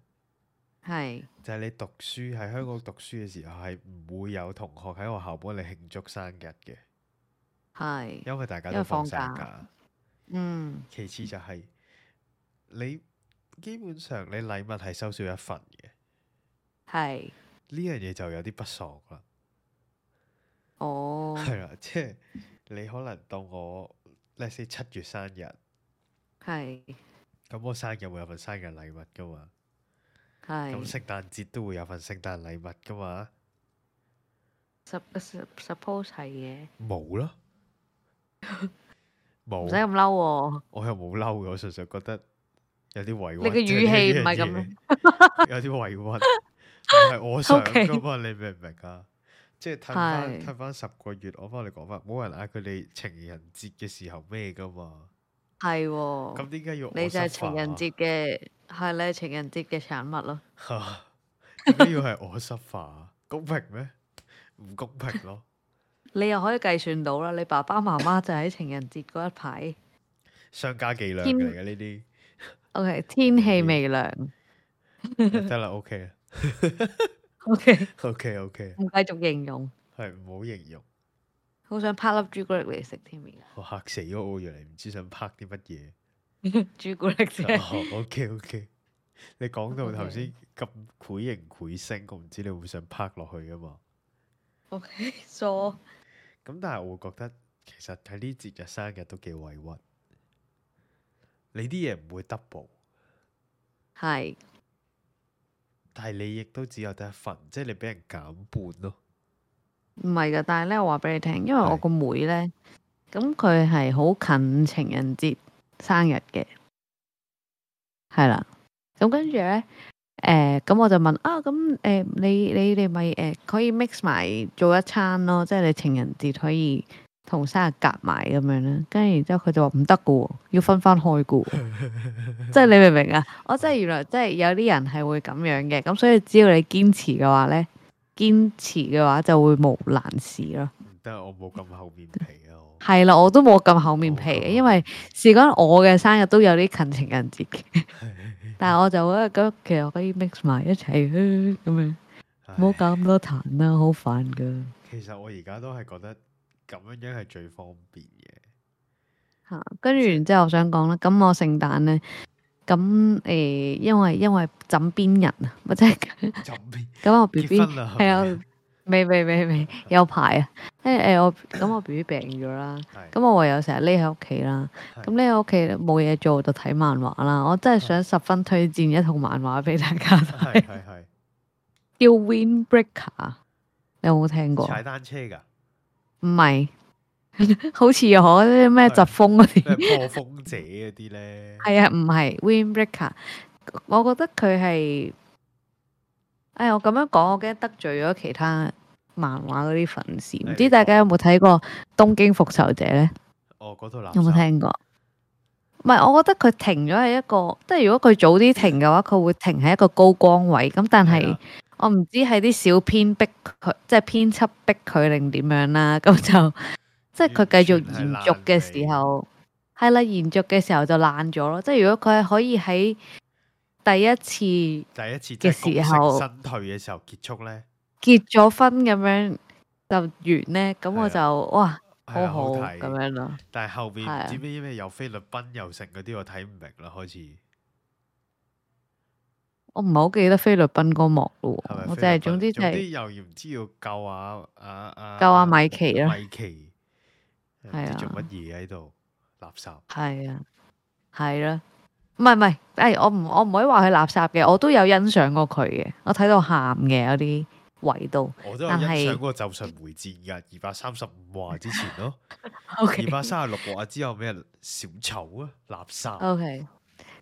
Speaker 2: 係
Speaker 1: 就係你讀書喺香港讀書嘅時候係唔會有同學喺學校幫你慶祝生日嘅，
Speaker 2: 係，
Speaker 1: 因為大家
Speaker 2: 因
Speaker 1: 都
Speaker 2: 為
Speaker 1: 放
Speaker 2: 放
Speaker 1: 晒
Speaker 2: 假
Speaker 1: 假。
Speaker 2: 嗯，
Speaker 1: 其次就係你基本上你禮物係收少一份嘅，
Speaker 2: 係，
Speaker 1: 呢樣嘢就有啲不爽啦。
Speaker 2: 哦，
Speaker 1: 係啦，即係你可能當我 let's say 七月生日，
Speaker 2: 係
Speaker 1: 咁我生日會有份生日禮物噶嘛，咁
Speaker 2: 係
Speaker 1: 聖誕節都會有份聖誕禮物噶嘛，
Speaker 2: ，sup- suppose 係嘅，
Speaker 1: 冇 咯，
Speaker 2: 唔
Speaker 1: 冇
Speaker 2: 使，咁嬲喎，
Speaker 1: 我又冇嬲嘅，我純粹覺得有啲委屈。
Speaker 2: 你嘅
Speaker 1: 即
Speaker 2: 語
Speaker 1: 係呢
Speaker 2: 氣唔
Speaker 1: 樣
Speaker 2: 係
Speaker 1: 嘢
Speaker 2: 咁，
Speaker 1: 有啲委屈，唔係我想
Speaker 2: OK
Speaker 1: 噶嘛，你明唔明啊？即係褪翻
Speaker 2: 係
Speaker 1: 褪翻十個月，我翻嚟講翻，冇人嗌佢哋情人節嘅時候咩噶嘛？
Speaker 2: 係喎。
Speaker 1: 咁點解要我
Speaker 2: 哦你就係
Speaker 1: suffer
Speaker 2: 情人
Speaker 1: 啊
Speaker 2: 節嘅，係你係情人節嘅產物咯。
Speaker 1: 嚇？點解要係我 suffer？啊公平咩？唔公平咯！
Speaker 2: 你又可以計算到啦，你爸爸媽媽就喺情人節嗰一排。
Speaker 1: 商家伎倆
Speaker 2: 天
Speaker 1: 嚟嘅呢
Speaker 2: O.K. 天氣微涼。
Speaker 1: 嗯啲，得啦，OK 啊啦
Speaker 2: O.K.
Speaker 1: ，OK OK，
Speaker 2: 唔繼續形容，
Speaker 1: 係唔好形容，
Speaker 2: 好想拍粒朱古力嚟食添而
Speaker 1: 我嚇死咗我，原嚟唔知想拍啲乜嘢。
Speaker 2: 家。朱古力啫，
Speaker 1: 哦，OK OK，你講到頭
Speaker 2: OK
Speaker 1: 先咁繪形繪聲，我唔知你會唔會想拍落去噶嘛？
Speaker 2: O.K. 疏
Speaker 1: 咁但係我會覺得其實喺呢節日生日都幾委屈，你啲嘢唔會 double，
Speaker 2: 係
Speaker 1: 但係你亦都只有得一份，即係你俾人減半咯。
Speaker 2: 唔係㗎？但係咧，我話俾你聽，因為我
Speaker 1: 係
Speaker 2: 個妹咧，咁佢係好近情人節生日嘅，係啦。咁跟住咧。誒咁、我就問啊，咁誒、你你哋咪誒可以 mix 埋做一餐咯，即係你情人節可以同生日夾埋咁樣啦。跟住然之後佢就話唔得嘅喎，要分翻開嘅喎，即係你明唔明啊？我真係原來即係有啲人係會咁樣嘅，咁所以只要你堅持嘅話咧，堅持嘅話就會無難事咯。
Speaker 1: 唔得，我冇咁厚面皮啊！ 我
Speaker 2: 係啦，我都冇咁厚面皮
Speaker 1: 冇咁厚
Speaker 2: 嘅，
Speaker 1: 面
Speaker 2: 因為事關我嘅生日都有啲近情人節嘅，但係我就覺得咁其實可以 mix 埋一齊啊咁樣。唔好
Speaker 1: 唉
Speaker 2: 搞咁多痰啦，好煩噶。
Speaker 1: 其實我而家都係覺得咁樣樣係最方便嘅。
Speaker 2: 吓，跟住然之後我想講啦，咁我聖誕咧，咁诶、因為因為枕邊人啊， 咪即係
Speaker 1: 就邊
Speaker 2: 咁我 B
Speaker 1: 結
Speaker 2: B
Speaker 1: 婚啦，
Speaker 2: 係啊，未未未未有排啊，因為诶我咁我 B B 病咗啦，
Speaker 1: 係
Speaker 2: 咁我唯有成日匿喺屋企啦，
Speaker 1: 係
Speaker 2: 咁匿喺屋企冇嘢做就睇漫畫啦，我真係想十分推薦一套漫畫俾大家
Speaker 1: 係
Speaker 2: 睇，
Speaker 1: 係係
Speaker 2: 叫 Windbreaker，你有冇聽過？
Speaker 1: 踩單車㗎，
Speaker 2: 唔係， 好似我啲咩疾風嗰啲。
Speaker 1: 咩破風者嗰啲咧，
Speaker 2: 係啊，唔係 Windbreaker，我覺得佢係，哎，我咁樣講，我驚得罪咗其他漫畫嗰啲粉絲。唔
Speaker 1: 你
Speaker 2: 知大家有冇睇過《東京復仇者》呢？
Speaker 1: 哦嗰套垃圾
Speaker 2: 有冇聽過？唔係，我覺得佢停咗係一個，即係如果佢早啲停嘅話，佢會停喺一個高光位。咁但
Speaker 1: 係啊
Speaker 2: 係
Speaker 1: 啦
Speaker 2: 我唔知係啲小編逼佢，即係編輯逼佢定點樣啦。 咁就即係佢繼續
Speaker 1: 完全係
Speaker 2: 延續嘅時候，係啦，延續嘅時候就爛咗咯。即係如果佢係可以喺第一次
Speaker 1: 第一次
Speaker 2: 嘅
Speaker 1: 即係
Speaker 2: 時候
Speaker 1: 功成身退嘅時候結束咧，
Speaker 2: 結咗婚咁樣就完呢，咁
Speaker 1: 係
Speaker 2: 我
Speaker 1: 啊
Speaker 2: 就哇
Speaker 1: 係
Speaker 2: 好
Speaker 1: 啊好
Speaker 2: 好
Speaker 1: 睇
Speaker 2: 咁樣咯。
Speaker 1: 但係後面
Speaker 2: 係
Speaker 1: 唔
Speaker 2: 啊
Speaker 1: 知咩咩有菲律賓又成嗰啲，我睇唔明啦，開始
Speaker 2: 我唔係好記得菲律賓嗰幕咯
Speaker 1: 係咪菲
Speaker 2: 喎，
Speaker 1: 律賓？
Speaker 2: 我就係總之就
Speaker 1: 總
Speaker 2: 係。
Speaker 1: 之又要唔知要救啊啊啊
Speaker 2: 救阿米奇啦，
Speaker 1: 米奇唔
Speaker 2: 係
Speaker 1: 知
Speaker 2: 啊
Speaker 1: 做乜嘢喺度垃圾。
Speaker 2: 係啊，係啦，唔係唔係，誒我唔我唔可以話佢垃圾嘅，我都有欣賞過佢嘅，我睇到喊嘅有啲位度
Speaker 1: 我都有
Speaker 2: 但
Speaker 1: 欣賞
Speaker 2: 係
Speaker 1: 嗰個《咒術迴戰》㗎，二百三十五話之前 咯，
Speaker 2: ，O
Speaker 1: 二
Speaker 2: K
Speaker 1: 百三十六話之後咩小丑啊、垃圾
Speaker 2: O K，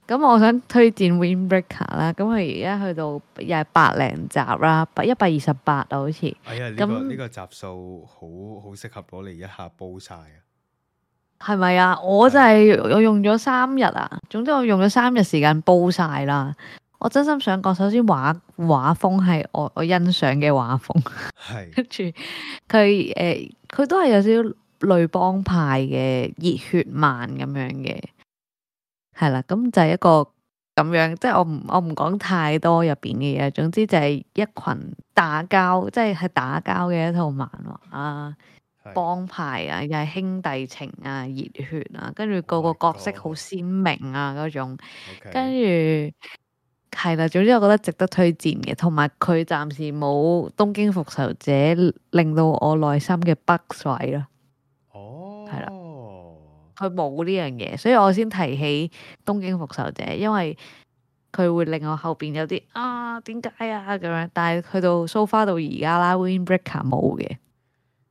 Speaker 2: 咁我想推薦 Windbreaker 啦，咁佢而家去到又係百零集啦，百一百二十八啊，好似
Speaker 1: 哎呀，呢個
Speaker 2: 咁
Speaker 1: 呢個集數好好適合攞嚟一下煲晒啊！
Speaker 2: 係咪啊？我就係我用咗三日啊，總之我用咗三日時間煲晒啦。我真心想講，首先畫畫風係我我欣賞嘅畫風，
Speaker 1: 係
Speaker 2: 跟 住佢誒佢都係有少少類幫派嘅熱血漫咁樣嘅，係啦，咁就係一個咁樣，即係我唔我唔講太多入邊嘅嘢，總之就係一群打交，即係係打交嘅一套漫畫啊。
Speaker 1: 係
Speaker 2: 幫派啊，又係兄弟情啊、熱血啊，跟住個
Speaker 1: Oh
Speaker 2: 個
Speaker 1: my
Speaker 2: 角色好
Speaker 1: God
Speaker 2: 鮮明啊嗰種，跟
Speaker 1: ，OK，
Speaker 2: 住係啦，總之我覺得值得推薦嘅，同埋佢暫時冇《東京復仇者》令到我內心嘅北位咯，係啦
Speaker 1: 哦，
Speaker 2: 佢冇呢樣嘢，所以我先提起《東京復仇者》，因為佢會令我後邊有啲啊點解啊咁樣，但係去到 so far 到而家啦，Windbreaker 冇嘅。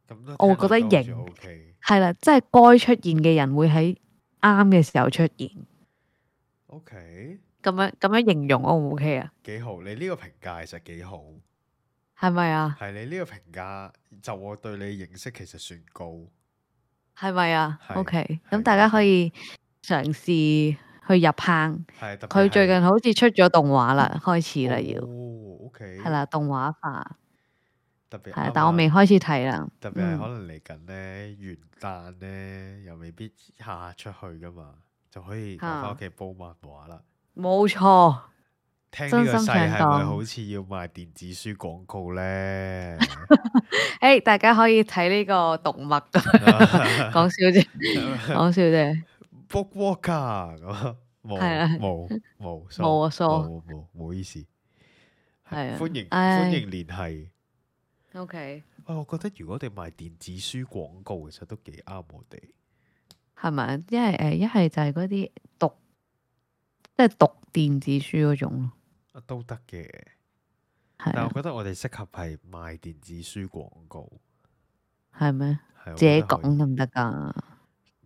Speaker 1: 咁都
Speaker 2: 我
Speaker 1: 聽
Speaker 2: 會覺
Speaker 1: 落
Speaker 2: 得
Speaker 1: 都好似
Speaker 2: 型
Speaker 1: OK。
Speaker 2: 係啦，即係該出現嘅人會喺啱嘅時候出現，
Speaker 1: O K，
Speaker 2: 咁樣咁樣形容 O 唔 OK 啊？
Speaker 1: 幾好，你呢個評價其實幾好，
Speaker 2: 係咪啊？
Speaker 1: 係你呢個評價就我對你認識其實算高，
Speaker 2: 係咪啊
Speaker 1: 係
Speaker 2: ？OK，
Speaker 1: 係
Speaker 2: 咁大家
Speaker 1: 幾好
Speaker 2: 可以嘗試去入坑。
Speaker 1: 係特別
Speaker 2: 佢最
Speaker 1: 係
Speaker 2: 近好似出咗動畫啦，開始啦要
Speaker 1: 哦，O K，
Speaker 2: 係啦，動畫化
Speaker 1: 特別
Speaker 2: 係啦，
Speaker 1: 啱
Speaker 2: 但我未
Speaker 1: 啊，
Speaker 2: 開始睇啦。
Speaker 1: 特別係可
Speaker 2: 嗯，
Speaker 1: 能嚟緊呢元旦呢，又未必下下出去噶嘛，就可以留翻屋
Speaker 2: 嚇，
Speaker 1: 企煲漫畫啦。
Speaker 2: 冇錯，
Speaker 1: 聽呢
Speaker 2: 真
Speaker 1: 個
Speaker 2: 心
Speaker 1: 勢
Speaker 2: 想
Speaker 1: 係咪
Speaker 2: 講。
Speaker 1: 好似要賣電子書廣告呢？
Speaker 2: 誒，大家可以睇呢個動物 咁樣， 講笑啫，講笑啫，
Speaker 1: Book Walker 咁啊
Speaker 2: 係
Speaker 1: 冇
Speaker 2: 啊，
Speaker 1: 冇 冇，sorry，
Speaker 2: 冇啊傻，
Speaker 1: 冇冇唔好意思，係
Speaker 2: 係啊，
Speaker 1: 歡迎歡
Speaker 2: 唉
Speaker 1: 迎聯繫。
Speaker 2: ，OK，
Speaker 1: 喂，我覺得如果你賣電子書廣告，其實都幾啱我哋。
Speaker 2: 係咪？一係誒，一係就係嗰啲讀，即係讀電子書嗰種咯，
Speaker 1: 啊都得嘅，
Speaker 2: 係
Speaker 1: 但
Speaker 2: 啊
Speaker 1: 我，覺得我哋適合係賣電子書廣告，
Speaker 2: 係咩？
Speaker 1: 係我
Speaker 2: 自
Speaker 1: 覺
Speaker 2: 己
Speaker 1: 得可
Speaker 2: 講
Speaker 1: 以。
Speaker 2: 得唔得㗎？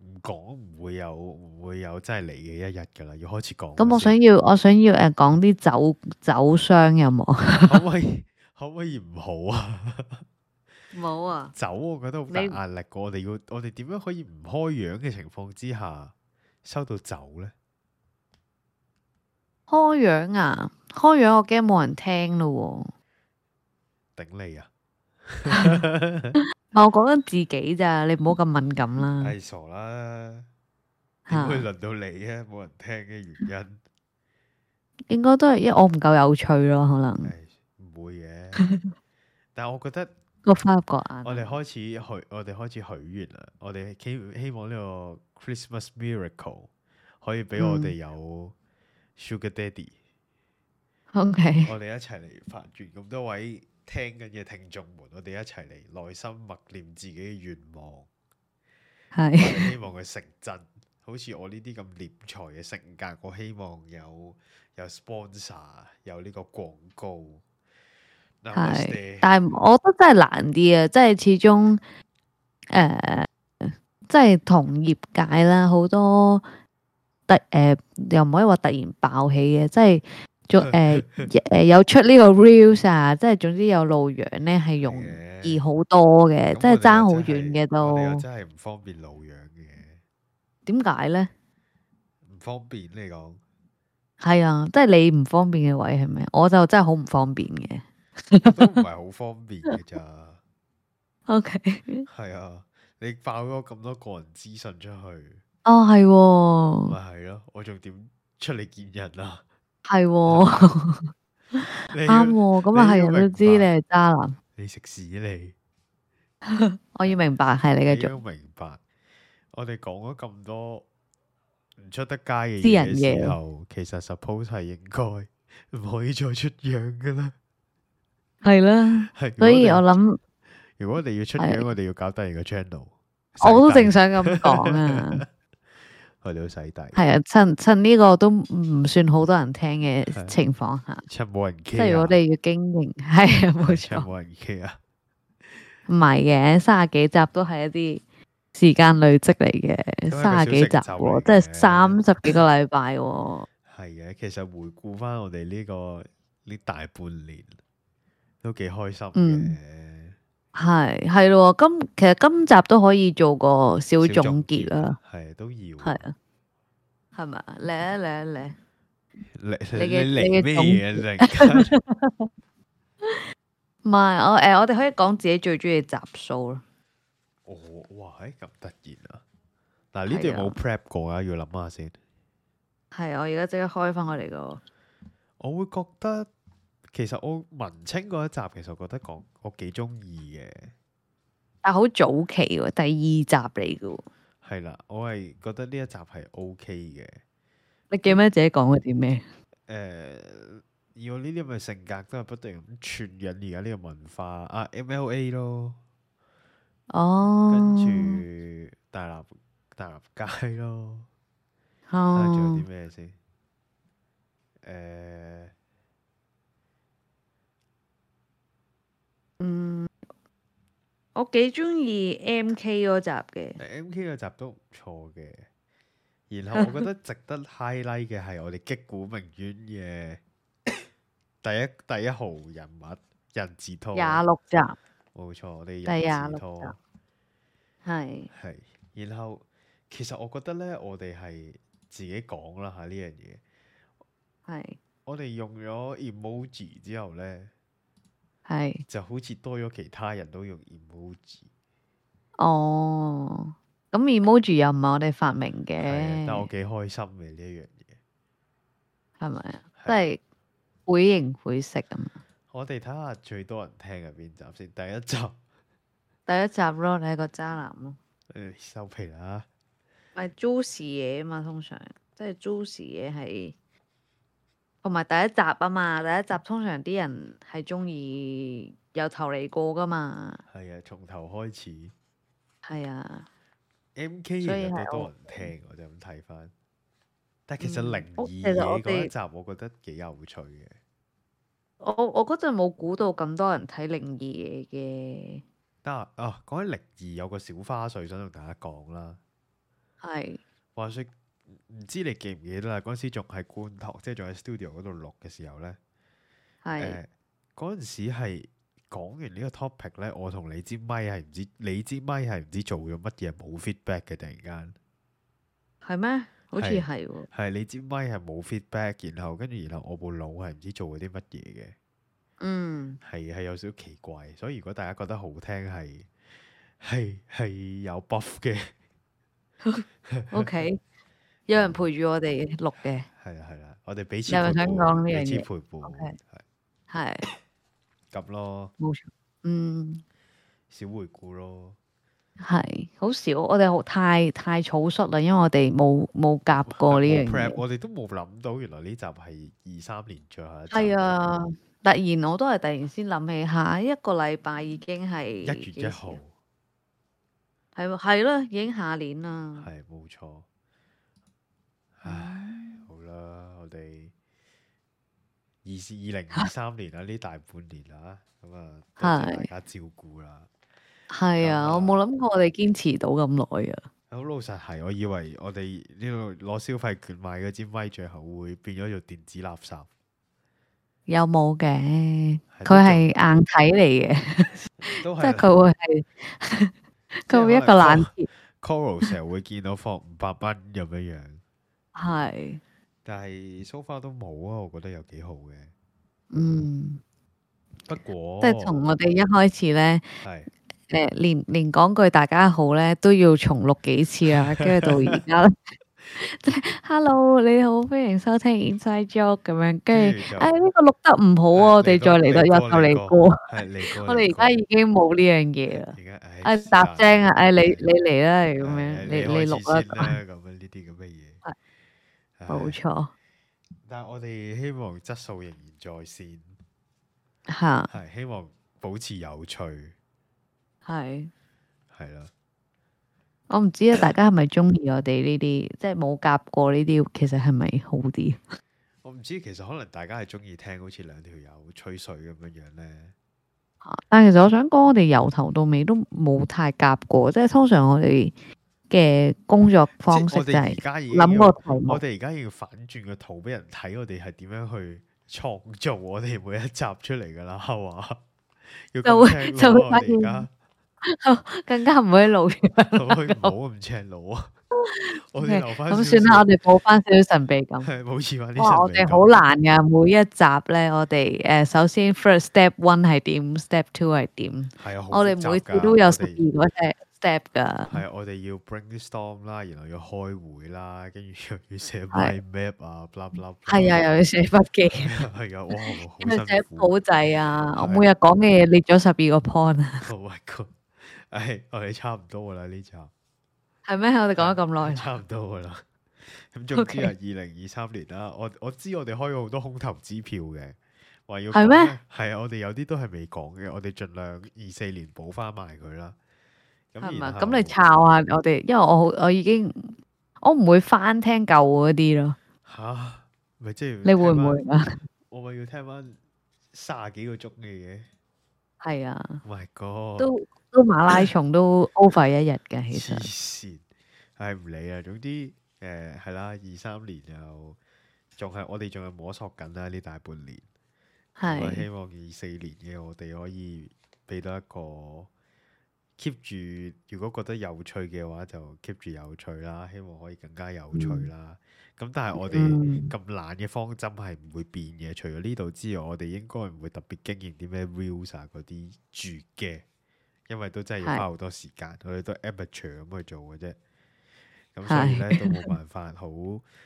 Speaker 1: 唔講唔會有唔會有真係嚟嘅一日㗎啦，要開始講
Speaker 2: 咁
Speaker 1: 咗先。
Speaker 2: 我想要，我想要誒講啲酒酒商 有冇？
Speaker 1: 可唔可 以可唔可以唔好啊？
Speaker 2: 冇啊，
Speaker 1: 走，我覺得好大
Speaker 2: 你
Speaker 1: 壓力㗎。我哋要我哋點樣可以唔開樣嘅情況之下收到走呢？
Speaker 2: 開樣啊？開樣我驚冇人聽咯
Speaker 1: 頂你啊！
Speaker 2: 喎。
Speaker 1: 嗯
Speaker 2: 我講緊自己咋，你唔好咁敏感啦
Speaker 1: 唉，傻啦，嗯點會
Speaker 2: 嗯嚇。
Speaker 1: 輪到你啊？冇人聽嘅原 因，
Speaker 2: 應該都係因為我唔夠有趣咯，可能
Speaker 1: 唉，唔會嘅。 但係我覺得
Speaker 2: 個花入個眼
Speaker 1: 我
Speaker 2: 啊
Speaker 1: 哋
Speaker 2: 嘛。
Speaker 1: 開始許，我哋開始許願啦。我哋希希望呢個 Christmas miracle 可以俾我哋
Speaker 2: 嗯
Speaker 1: 有 Sugar Daddy，
Speaker 2: ，OK，
Speaker 1: 我哋一齊嚟發願。咁多位聽緊嘅聽眾們，我哋一齊嚟內心默念自己嘅願望。我
Speaker 2: 係
Speaker 1: 哋希望佢成真，好似我呢啲咁斂財嘅性格，我希望有有 sponsor，有呢個廣告。
Speaker 2: 係，
Speaker 1: Namaste，
Speaker 2: 但係我覺得真係難啲啊，即係始終誒，即係同業界啦，好多突誒又唔可以話突然爆起嘅，即係做誒誒有出呢個 reels 啊，即係總之有露樣咧係
Speaker 1: 係
Speaker 2: 容易
Speaker 1: 嘅。
Speaker 2: 好多嘅，
Speaker 1: 咁
Speaker 2: 即係
Speaker 1: 我哋
Speaker 2: 爭
Speaker 1: 又
Speaker 2: 好
Speaker 1: 真
Speaker 2: 遠
Speaker 1: 係，
Speaker 2: 嘅
Speaker 1: 我哋又
Speaker 2: 都。
Speaker 1: 真係唔方便露樣嘅，
Speaker 2: 點解咧？
Speaker 1: 唔方便你講。
Speaker 2: 係啊，即係你唔方便嘅位係咩？我就真係好唔方便嘅。
Speaker 1: 我都唔係好方便嘅 咋，
Speaker 2: OK，
Speaker 1: 係啊，你爆咗咁多個人資訊出去，
Speaker 2: 哦
Speaker 1: 咪
Speaker 2: 係喎，
Speaker 1: 係咯，我仲點出嚟見人 啊？
Speaker 2: 係喎。
Speaker 1: 你要
Speaker 2: 啱喎，咁啊
Speaker 1: 你
Speaker 2: 係
Speaker 1: 要
Speaker 2: 人都
Speaker 1: 明
Speaker 2: 知你
Speaker 1: 白，
Speaker 2: 係渣男，
Speaker 1: 你食屎你，
Speaker 2: 我要明白係你
Speaker 1: 你
Speaker 2: 繼續
Speaker 1: 要明白，我哋講咗咁多唔出得街嘅
Speaker 2: 私人
Speaker 1: 嘢嘅時
Speaker 2: 嘢，
Speaker 1: 候，其實 suppose 係應該 唔可以再出樣噶啦。
Speaker 2: 係啦，
Speaker 1: 係如
Speaker 2: 所
Speaker 1: 果我
Speaker 2: 以
Speaker 1: 哋
Speaker 2: 我諗
Speaker 1: 如果我哋要出樣，
Speaker 2: 係，
Speaker 1: 我哋要搞第二個 channel
Speaker 2: 我
Speaker 1: 洗
Speaker 2: 都正
Speaker 1: 底，
Speaker 2: 想咁講啊，
Speaker 1: 我哋要洗底，
Speaker 2: 係啊，趁趁呢個都唔算好多人聽嘅
Speaker 1: 係啊
Speaker 2: 情況下，
Speaker 1: 趁冇人
Speaker 2: 即係
Speaker 1: care
Speaker 2: 如果
Speaker 1: 啊，
Speaker 2: 你要經營， 係啊，冇
Speaker 1: 係趁
Speaker 2: 錯，
Speaker 1: 冇人 care 啊。
Speaker 2: 唔係嘅，三十幾集都係一啲時間累積嚟嘅，
Speaker 1: 都係一個
Speaker 2: 三
Speaker 1: 小
Speaker 2: 十幾
Speaker 1: 成
Speaker 2: 集
Speaker 1: 就
Speaker 2: 喎，
Speaker 1: 嚟
Speaker 2: 即係
Speaker 1: 嘅，
Speaker 2: 三十幾個禮拜喎，
Speaker 1: 係嘅。其實回顧翻我哋呢、個呢大半年都幾開心
Speaker 2: 嗯。
Speaker 1: 嘅，
Speaker 2: 係係咯，今其實今集都可以做個小
Speaker 1: 小
Speaker 2: 總
Speaker 1: 總
Speaker 2: 結
Speaker 1: 結啊
Speaker 2: 啦，
Speaker 1: 係都要
Speaker 2: 係
Speaker 1: 啊。
Speaker 2: 啊，係咪啊？嚟啊嚟啊嚟啊！
Speaker 1: 你
Speaker 2: 你嘅
Speaker 1: 你
Speaker 2: 你
Speaker 1: 嚟
Speaker 2: 嘅
Speaker 1: 咩
Speaker 2: 種
Speaker 1: 嘢啊嚟？
Speaker 2: 唔係我誒，我哋可以講自己最中意集數咯。
Speaker 1: 哦，哇，係咁突然啊！嗱，呢段
Speaker 2: 係啊
Speaker 1: 冇 prep 過啊，要諗下先。
Speaker 2: 係我而家即刻開翻我哋個
Speaker 1: 我會覺得其實我文青嗰一集，其實我覺得講我幾中意嘅，
Speaker 2: 但啊好早期喎，第二集嚟嘅喎。
Speaker 1: 係啦，我係覺得呢一集係 OK 嘅。
Speaker 2: 你記唔記得自己講過啲咩？
Speaker 1: 誒、呃以我呢啲咁嘅性格，都係不斷咁傳引而家呢個文化啊，MLA 咯，
Speaker 2: 哦，
Speaker 1: 跟住大南大南街咯，睇下仲有
Speaker 2: 哦
Speaker 1: 啲，咩先？誒、
Speaker 2: 嗯，我幾中意 M K 嗰集嘅，
Speaker 1: M K 嗰集都唔錯嘅，然後我 覺得值得 highlight 嘅係我哋擊鼓鳴冤嘅 第一第一號人物人字拖，
Speaker 2: 廿六集
Speaker 1: 冇錯，我哋
Speaker 2: 第廿
Speaker 1: 人字
Speaker 2: 六
Speaker 1: 拖
Speaker 2: 集係
Speaker 1: 係。然後其實我覺得呢，我哋係自己講啦嚇呢樣嘢，
Speaker 2: 係
Speaker 1: 我哋用咗 emoji 之後呢，
Speaker 2: 係
Speaker 1: 就好似多咗其他人都用 emoji，
Speaker 2: 哦。咁 emoji 又唔係我哋發明嘅
Speaker 1: 係啊，但我幾開心嘅呢一樣嘢。
Speaker 2: 係咪啊？
Speaker 1: 係
Speaker 2: 即係會形會色咁。
Speaker 1: 我哋睇下最多人聽嘅邊集先，第一集。
Speaker 2: 第一集咯，你係個渣男咯，
Speaker 1: 誒收皮啦！
Speaker 2: 咪 juicy 嘢啊嘛，通常即係 juicy 嘢係，同埋第一集啊嘛，第一集通常啲人係中意由頭嚟過噶嘛，
Speaker 1: 係啊，從頭開始。
Speaker 2: 係啊，
Speaker 1: M K 其
Speaker 2: 所以
Speaker 1: 實
Speaker 2: 係
Speaker 1: 都多
Speaker 2: 我
Speaker 1: 人聽，我就咁睇翻。但其實
Speaker 2: 嗯
Speaker 1: 靈
Speaker 2: 我
Speaker 1: 異
Speaker 2: 其實
Speaker 1: 嘢
Speaker 2: 我
Speaker 1: 嗰一
Speaker 2: 哋
Speaker 1: 集，我覺得幾有趣嘅。
Speaker 2: 我我嗰陣冇估到咁多人睇靈異嘢嘅，
Speaker 1: 得啊啊，講起靈異有個小花絮想同大家講啦。
Speaker 2: 係
Speaker 1: 話說唔唔知你記唔記得啦？嗰陣時仲喺觀塘，即係仲喺 studio 嗰度錄嘅時候呢。
Speaker 2: 係
Speaker 1: 誒嗰陣時係講完呢個 topic 呢，我同你支咪係唔知你支咪係唔知做咗乜嘢冇 feedback 嘅，突然間。
Speaker 2: 係咩？好似
Speaker 1: 係
Speaker 2: 係喎，
Speaker 1: 係你支咪係冇 feedback，然後跟住然後我部腦係唔知做咗啲乜嘢嘅，
Speaker 2: 嗯，
Speaker 1: 係係有少少奇怪，所以如果大家覺得好聽係係係有 buff 嘅，
Speaker 2: OK，有人陪住我哋錄嘅，
Speaker 1: 係啦係啦，我哋彼此
Speaker 2: 你係
Speaker 1: 陪
Speaker 2: 咪想
Speaker 1: 伴
Speaker 2: 講呢
Speaker 1: 彼
Speaker 2: 樣
Speaker 1: 此
Speaker 2: 嘢
Speaker 1: 陪伴，
Speaker 2: OK
Speaker 1: 係
Speaker 2: 係
Speaker 1: 咁咯，
Speaker 2: 冇錯，嗯。
Speaker 1: 小回顧咯，
Speaker 2: 係好少，我哋好太太草率啦，因為我哋冇冇夾過呢
Speaker 1: 冇
Speaker 2: 樣
Speaker 1: prep，
Speaker 2: 嘢。
Speaker 1: 我哋都冇諗到原來呢集係二三年最後一集，
Speaker 2: 係，啊，突然我都係突然先諗起，下一個禮拜已經係
Speaker 1: 一
Speaker 2: 一
Speaker 1: 月一號，
Speaker 2: 係喎係啦，已經下年啦。
Speaker 1: 係冇錯，唉。
Speaker 2: 嗯
Speaker 1: 好啦，我哋二是二零二三年啦，呢大半年啦，咁啊多謝大
Speaker 2: 係
Speaker 1: 家照顧啦。
Speaker 2: 係
Speaker 1: 咁啊
Speaker 2: 啊，我冇諗過我哋堅持到咁耐啊。
Speaker 1: 好老實係，我以為我哋呢度攞消費券買嗰支咪，最後會變咗做電子垃圾。
Speaker 2: 有冇嘅？
Speaker 1: 係
Speaker 2: 佢係硬體嚟嘅，
Speaker 1: 都
Speaker 2: 即
Speaker 1: 係啊啦
Speaker 2: 係佢會係
Speaker 1: 即係
Speaker 2: 佢會一
Speaker 1: 可
Speaker 2: 個
Speaker 1: 能
Speaker 2: 冷貼，
Speaker 1: Coral 成日會見到放五百蚊咁樣樣，
Speaker 2: 係
Speaker 1: 但係 so far 都冇啊，我覺得有幾好嘅。
Speaker 2: 嗯，
Speaker 1: 不過
Speaker 2: 即係從我哋一開始咧。
Speaker 1: 係
Speaker 2: 誒，連連講句大家好咧，都要重錄幾 次啊，跟住到而家咧，即係 Hello，你好，歡迎收聽 Inside Joke 咁樣，跟住
Speaker 1: 跟住就
Speaker 2: 誒呢個錄得唔好啊，我
Speaker 1: 你
Speaker 2: 哋
Speaker 1: 個
Speaker 2: 再嚟得
Speaker 1: 你
Speaker 2: 又
Speaker 1: 個
Speaker 2: 就
Speaker 1: 你
Speaker 2: 嚟
Speaker 1: 個
Speaker 2: 過，
Speaker 1: 係嚟過
Speaker 2: 我哋
Speaker 1: 嚟
Speaker 2: 而家
Speaker 1: 過
Speaker 2: 已經冇呢樣嘢啦，
Speaker 1: 而家唉
Speaker 2: 誒
Speaker 1: 是
Speaker 2: 啊搭
Speaker 1: 但
Speaker 2: 聲啊，誒你
Speaker 1: 係
Speaker 2: 你嚟啦，咁
Speaker 1: 係
Speaker 2: 樣
Speaker 1: 開
Speaker 2: 你你
Speaker 1: 始
Speaker 2: 錄啦
Speaker 1: 先，啦，咁啊樣呢啲咁嘅嘢。
Speaker 2: 冇
Speaker 1: 唉
Speaker 2: 錯
Speaker 1: 但係我哋希望質素仍然在線，
Speaker 2: 吓，
Speaker 1: 係希望保持有趣，
Speaker 2: 係
Speaker 1: 係啦。
Speaker 2: 我 唔知啊，大家係咪中意我哋呢啲，即係冇夾過呢啲，其實係咪好啲？
Speaker 1: 我唔知其實可能大家係中意聽好似兩條友吹水咁樣樣呢。
Speaker 2: 但其實我想講，我哋由頭到尾都冇太夾過，即係通常我哋嘅工作方
Speaker 1: 即係
Speaker 2: 式
Speaker 1: 我
Speaker 2: 就
Speaker 1: 哋而
Speaker 2: 係
Speaker 1: 家已經
Speaker 2: 諗
Speaker 1: 要
Speaker 2: 個題目
Speaker 1: 我，哋而家要反轉個圖俾人睇，我哋係點樣去創造我哋每一集出嚟㗎啦，係嘛？要
Speaker 2: 就會
Speaker 1: 咁赤
Speaker 2: 就
Speaker 1: 裸啊我
Speaker 2: 會發
Speaker 1: 哋而家
Speaker 2: 更加唔會喺路嘅。
Speaker 1: 可唔可以唔好咁赤裸啊！我
Speaker 2: OK，
Speaker 1: 哋留翻
Speaker 2: 咁算啦，我哋補翻少少神秘感。
Speaker 1: 係冇疑問呢
Speaker 2: 哇！我哋好難噶，每一集咧，我哋誒、呃首先 first step one 係點，step two 係點，
Speaker 1: 係啊，好
Speaker 2: 我哋
Speaker 1: 複雜
Speaker 2: 每次
Speaker 1: 㗎
Speaker 2: 都有
Speaker 1: 我
Speaker 2: 十二
Speaker 1: 哋
Speaker 2: 個 step step 噶，
Speaker 1: 係我哋要 brainstorm 啦，然後要開會啦，跟住又要寫
Speaker 2: 係
Speaker 1: mind map 啊，blah blah。
Speaker 2: 係啊，又要寫筆記，
Speaker 1: 係啊，哇，
Speaker 2: 又要
Speaker 1: 好
Speaker 2: 寫
Speaker 1: 辛苦。
Speaker 2: 簿仔啊，我
Speaker 1: 係
Speaker 2: 每日講嘅嘢列咗十二個 point 啊，
Speaker 1: Oh my god！唉，我哋差唔多噶啦呢集，
Speaker 2: 係咩？我哋講
Speaker 1: 係
Speaker 2: 咗咁耐啦，
Speaker 1: 差唔多噶啦。咁總之
Speaker 2: OK
Speaker 1: 啊，二零二三年啦，我我知我哋開咗好多空頭支票嘅，話要
Speaker 2: 係
Speaker 1: 講
Speaker 2: 咩
Speaker 1: 咧？係啊，我哋有啲都係未講嘅，我哋盡量二四年補翻埋佢啦。
Speaker 2: 係
Speaker 1: 咁
Speaker 2: 咪？
Speaker 1: 然
Speaker 2: 咁你
Speaker 1: 後
Speaker 2: 抄下我哋，因為我好我已經我唔會翻聽舊嗰啲咯，
Speaker 1: 吓，咪即係
Speaker 2: 你
Speaker 1: 聽
Speaker 2: 會唔
Speaker 1: 返
Speaker 2: 會啊？
Speaker 1: 我咪要聽翻卅幾個鐘嘅嘢
Speaker 2: 係啊，
Speaker 1: ？Oh my god！
Speaker 2: 都都馬拉松都 over 一日嘅，其實
Speaker 1: 黐線，唉唔理啦。啊總之誒係啦，二三年又仲係我哋仲係摸索緊啦，呢大半年。咁啊，希
Speaker 2: 係
Speaker 1: 望二四年嘅我哋可以俾到一個 keep 住，如果覺得有趣嘅話就 keep 住有趣啦，希望可以更加有趣
Speaker 2: 嗯
Speaker 1: 啦。咁但係我哋
Speaker 2: 嗯。
Speaker 1: 咁懶嘅方針係唔會變嘅，除咗呢度之外，我哋應該唔會特別經營啲咩 reels 啊嗰啲住嘅，因為都真係要
Speaker 2: 係
Speaker 1: 花好多時間，我哋都 amateur 咁去做嘅啫。咁所以
Speaker 2: 係，
Speaker 1: 咧都冇辦法好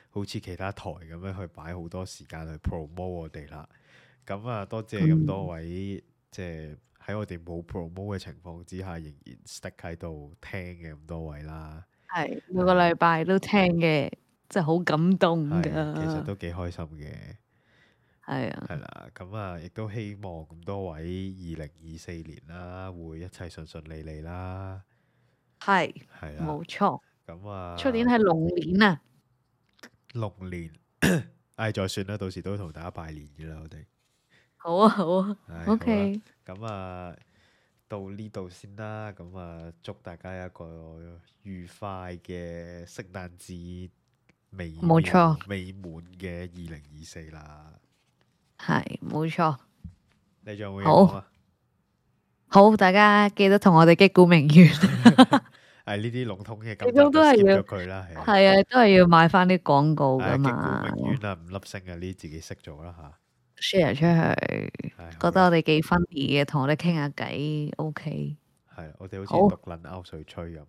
Speaker 1: 好似其他台咁樣去擺好多時間去 promote 我哋啦。咁啊，多謝咁多
Speaker 2: 嗯，
Speaker 1: 位，即係喺我哋冇 promote 嘅情況之下，仍然 stick 喺度聽嘅咁多位啦。
Speaker 2: 係每個
Speaker 1: 係啊，
Speaker 2: 禮拜都聽嘅，真係好感動
Speaker 1: 係，其實
Speaker 2: 噶，
Speaker 1: 都幾開心嘅，
Speaker 2: 係啊，
Speaker 1: 係啦。咁啊，亦都希望咁多位二零二四年啦，會一切順順利利啦，
Speaker 2: 係
Speaker 1: 係啦。
Speaker 2: 冇錯，
Speaker 1: 咁
Speaker 2: 出年
Speaker 1: 啊，
Speaker 2: 係龍年啊，
Speaker 1: 龍年，唉，再算啦，到時都同大家拜年嘅啦，我哋。
Speaker 2: 好啊好啊
Speaker 1: 唉，好啦，
Speaker 2: ，OK，
Speaker 1: 咁啊，到呢度先啦。咁啊，祝大家一個愉快嘅聖誕節，美
Speaker 2: 冇
Speaker 1: 妙
Speaker 2: 錯，
Speaker 1: 美滿嘅二零二四啦。
Speaker 2: 係冇錯，
Speaker 1: 你仲有冇嘢講
Speaker 2: 好
Speaker 1: 啊？
Speaker 2: 好，大家記得同我哋擊鼓鳴冤，
Speaker 1: 誒，呢啲籠統嘅
Speaker 2: 始
Speaker 1: 今集
Speaker 2: 終
Speaker 1: 就
Speaker 2: 都係
Speaker 1: skip
Speaker 2: 要，
Speaker 1: 咗佢啦。係啊，
Speaker 2: 係啊，都係要買翻啲廣
Speaker 1: 係
Speaker 2: 告噶
Speaker 1: 啊，擊鼓
Speaker 2: 嘛
Speaker 1: 鳴冤啊，五粒星啊，呢啲自己識做啦吓。
Speaker 2: ，share 出去，
Speaker 1: 係好啊
Speaker 2: 覺得
Speaker 1: 啦，
Speaker 2: 我哋幾 funny 嘅，同我哋傾下偈，OK，
Speaker 1: 係啊我哋好似
Speaker 2: 好，
Speaker 1: 獨撚拗水吹 咁。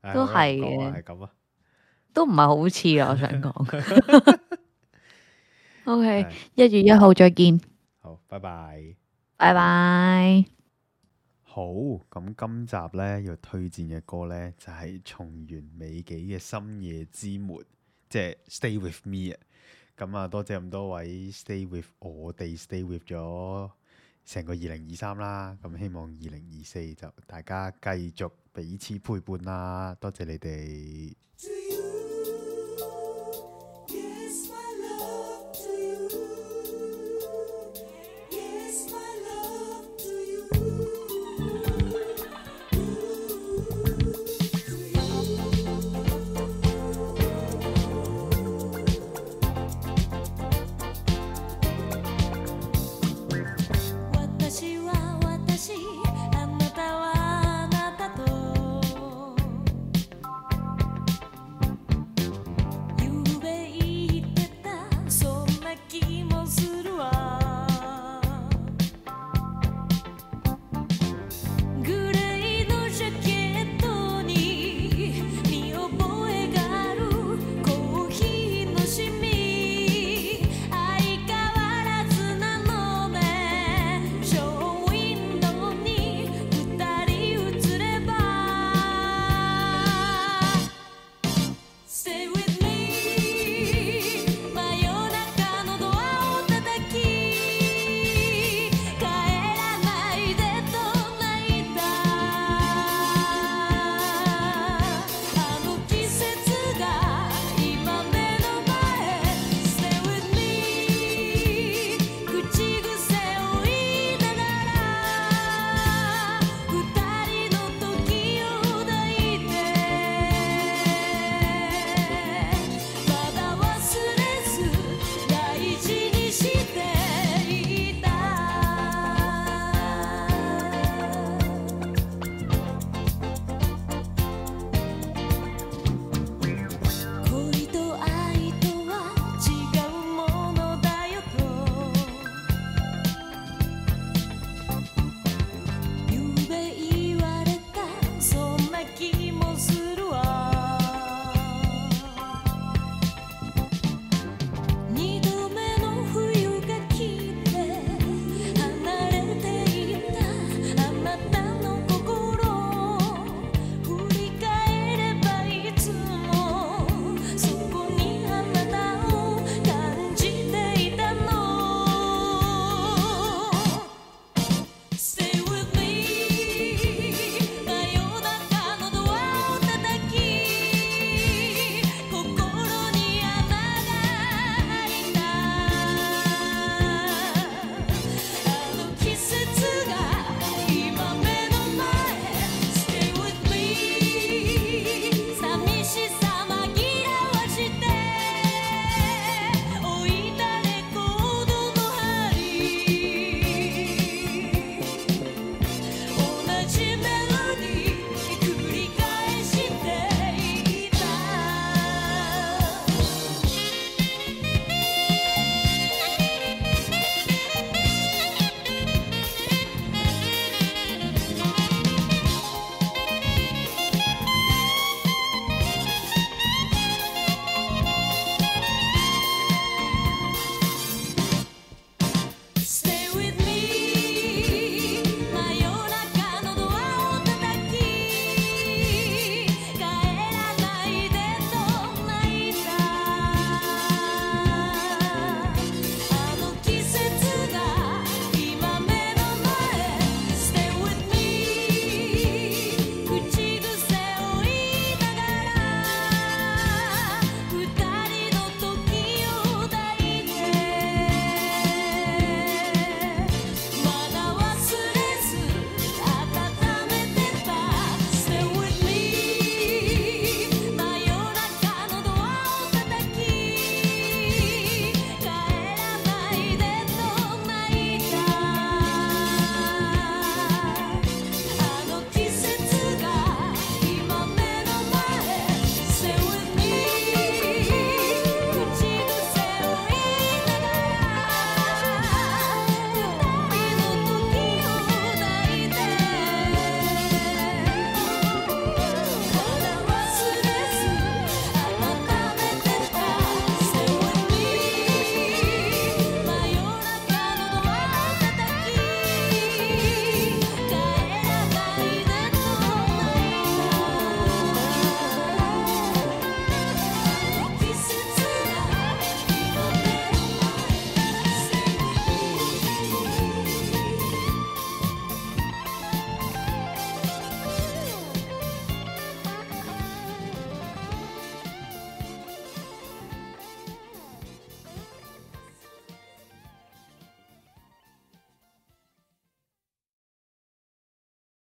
Speaker 1: 唉，
Speaker 2: 都
Speaker 1: 好啦，唔
Speaker 2: 係
Speaker 1: 講話係
Speaker 2: 嘅，
Speaker 1: 咁啊。
Speaker 2: 都唔係好似啊，我想講 ，OK，
Speaker 1: 係
Speaker 2: 一月一號再見。
Speaker 1: 好，拜拜。
Speaker 2: 拜拜。
Speaker 1: 好，咁今集咧要推薦嘅歌咧就係、松原美紀嘅《深夜之門》，即係 Stay with me 啊！咁啊，多謝咁多位 Stay with 我哋 Stay with 咗成個二零二三啦，咁希望二零二四就大家繼續彼此陪伴啦，多謝你哋。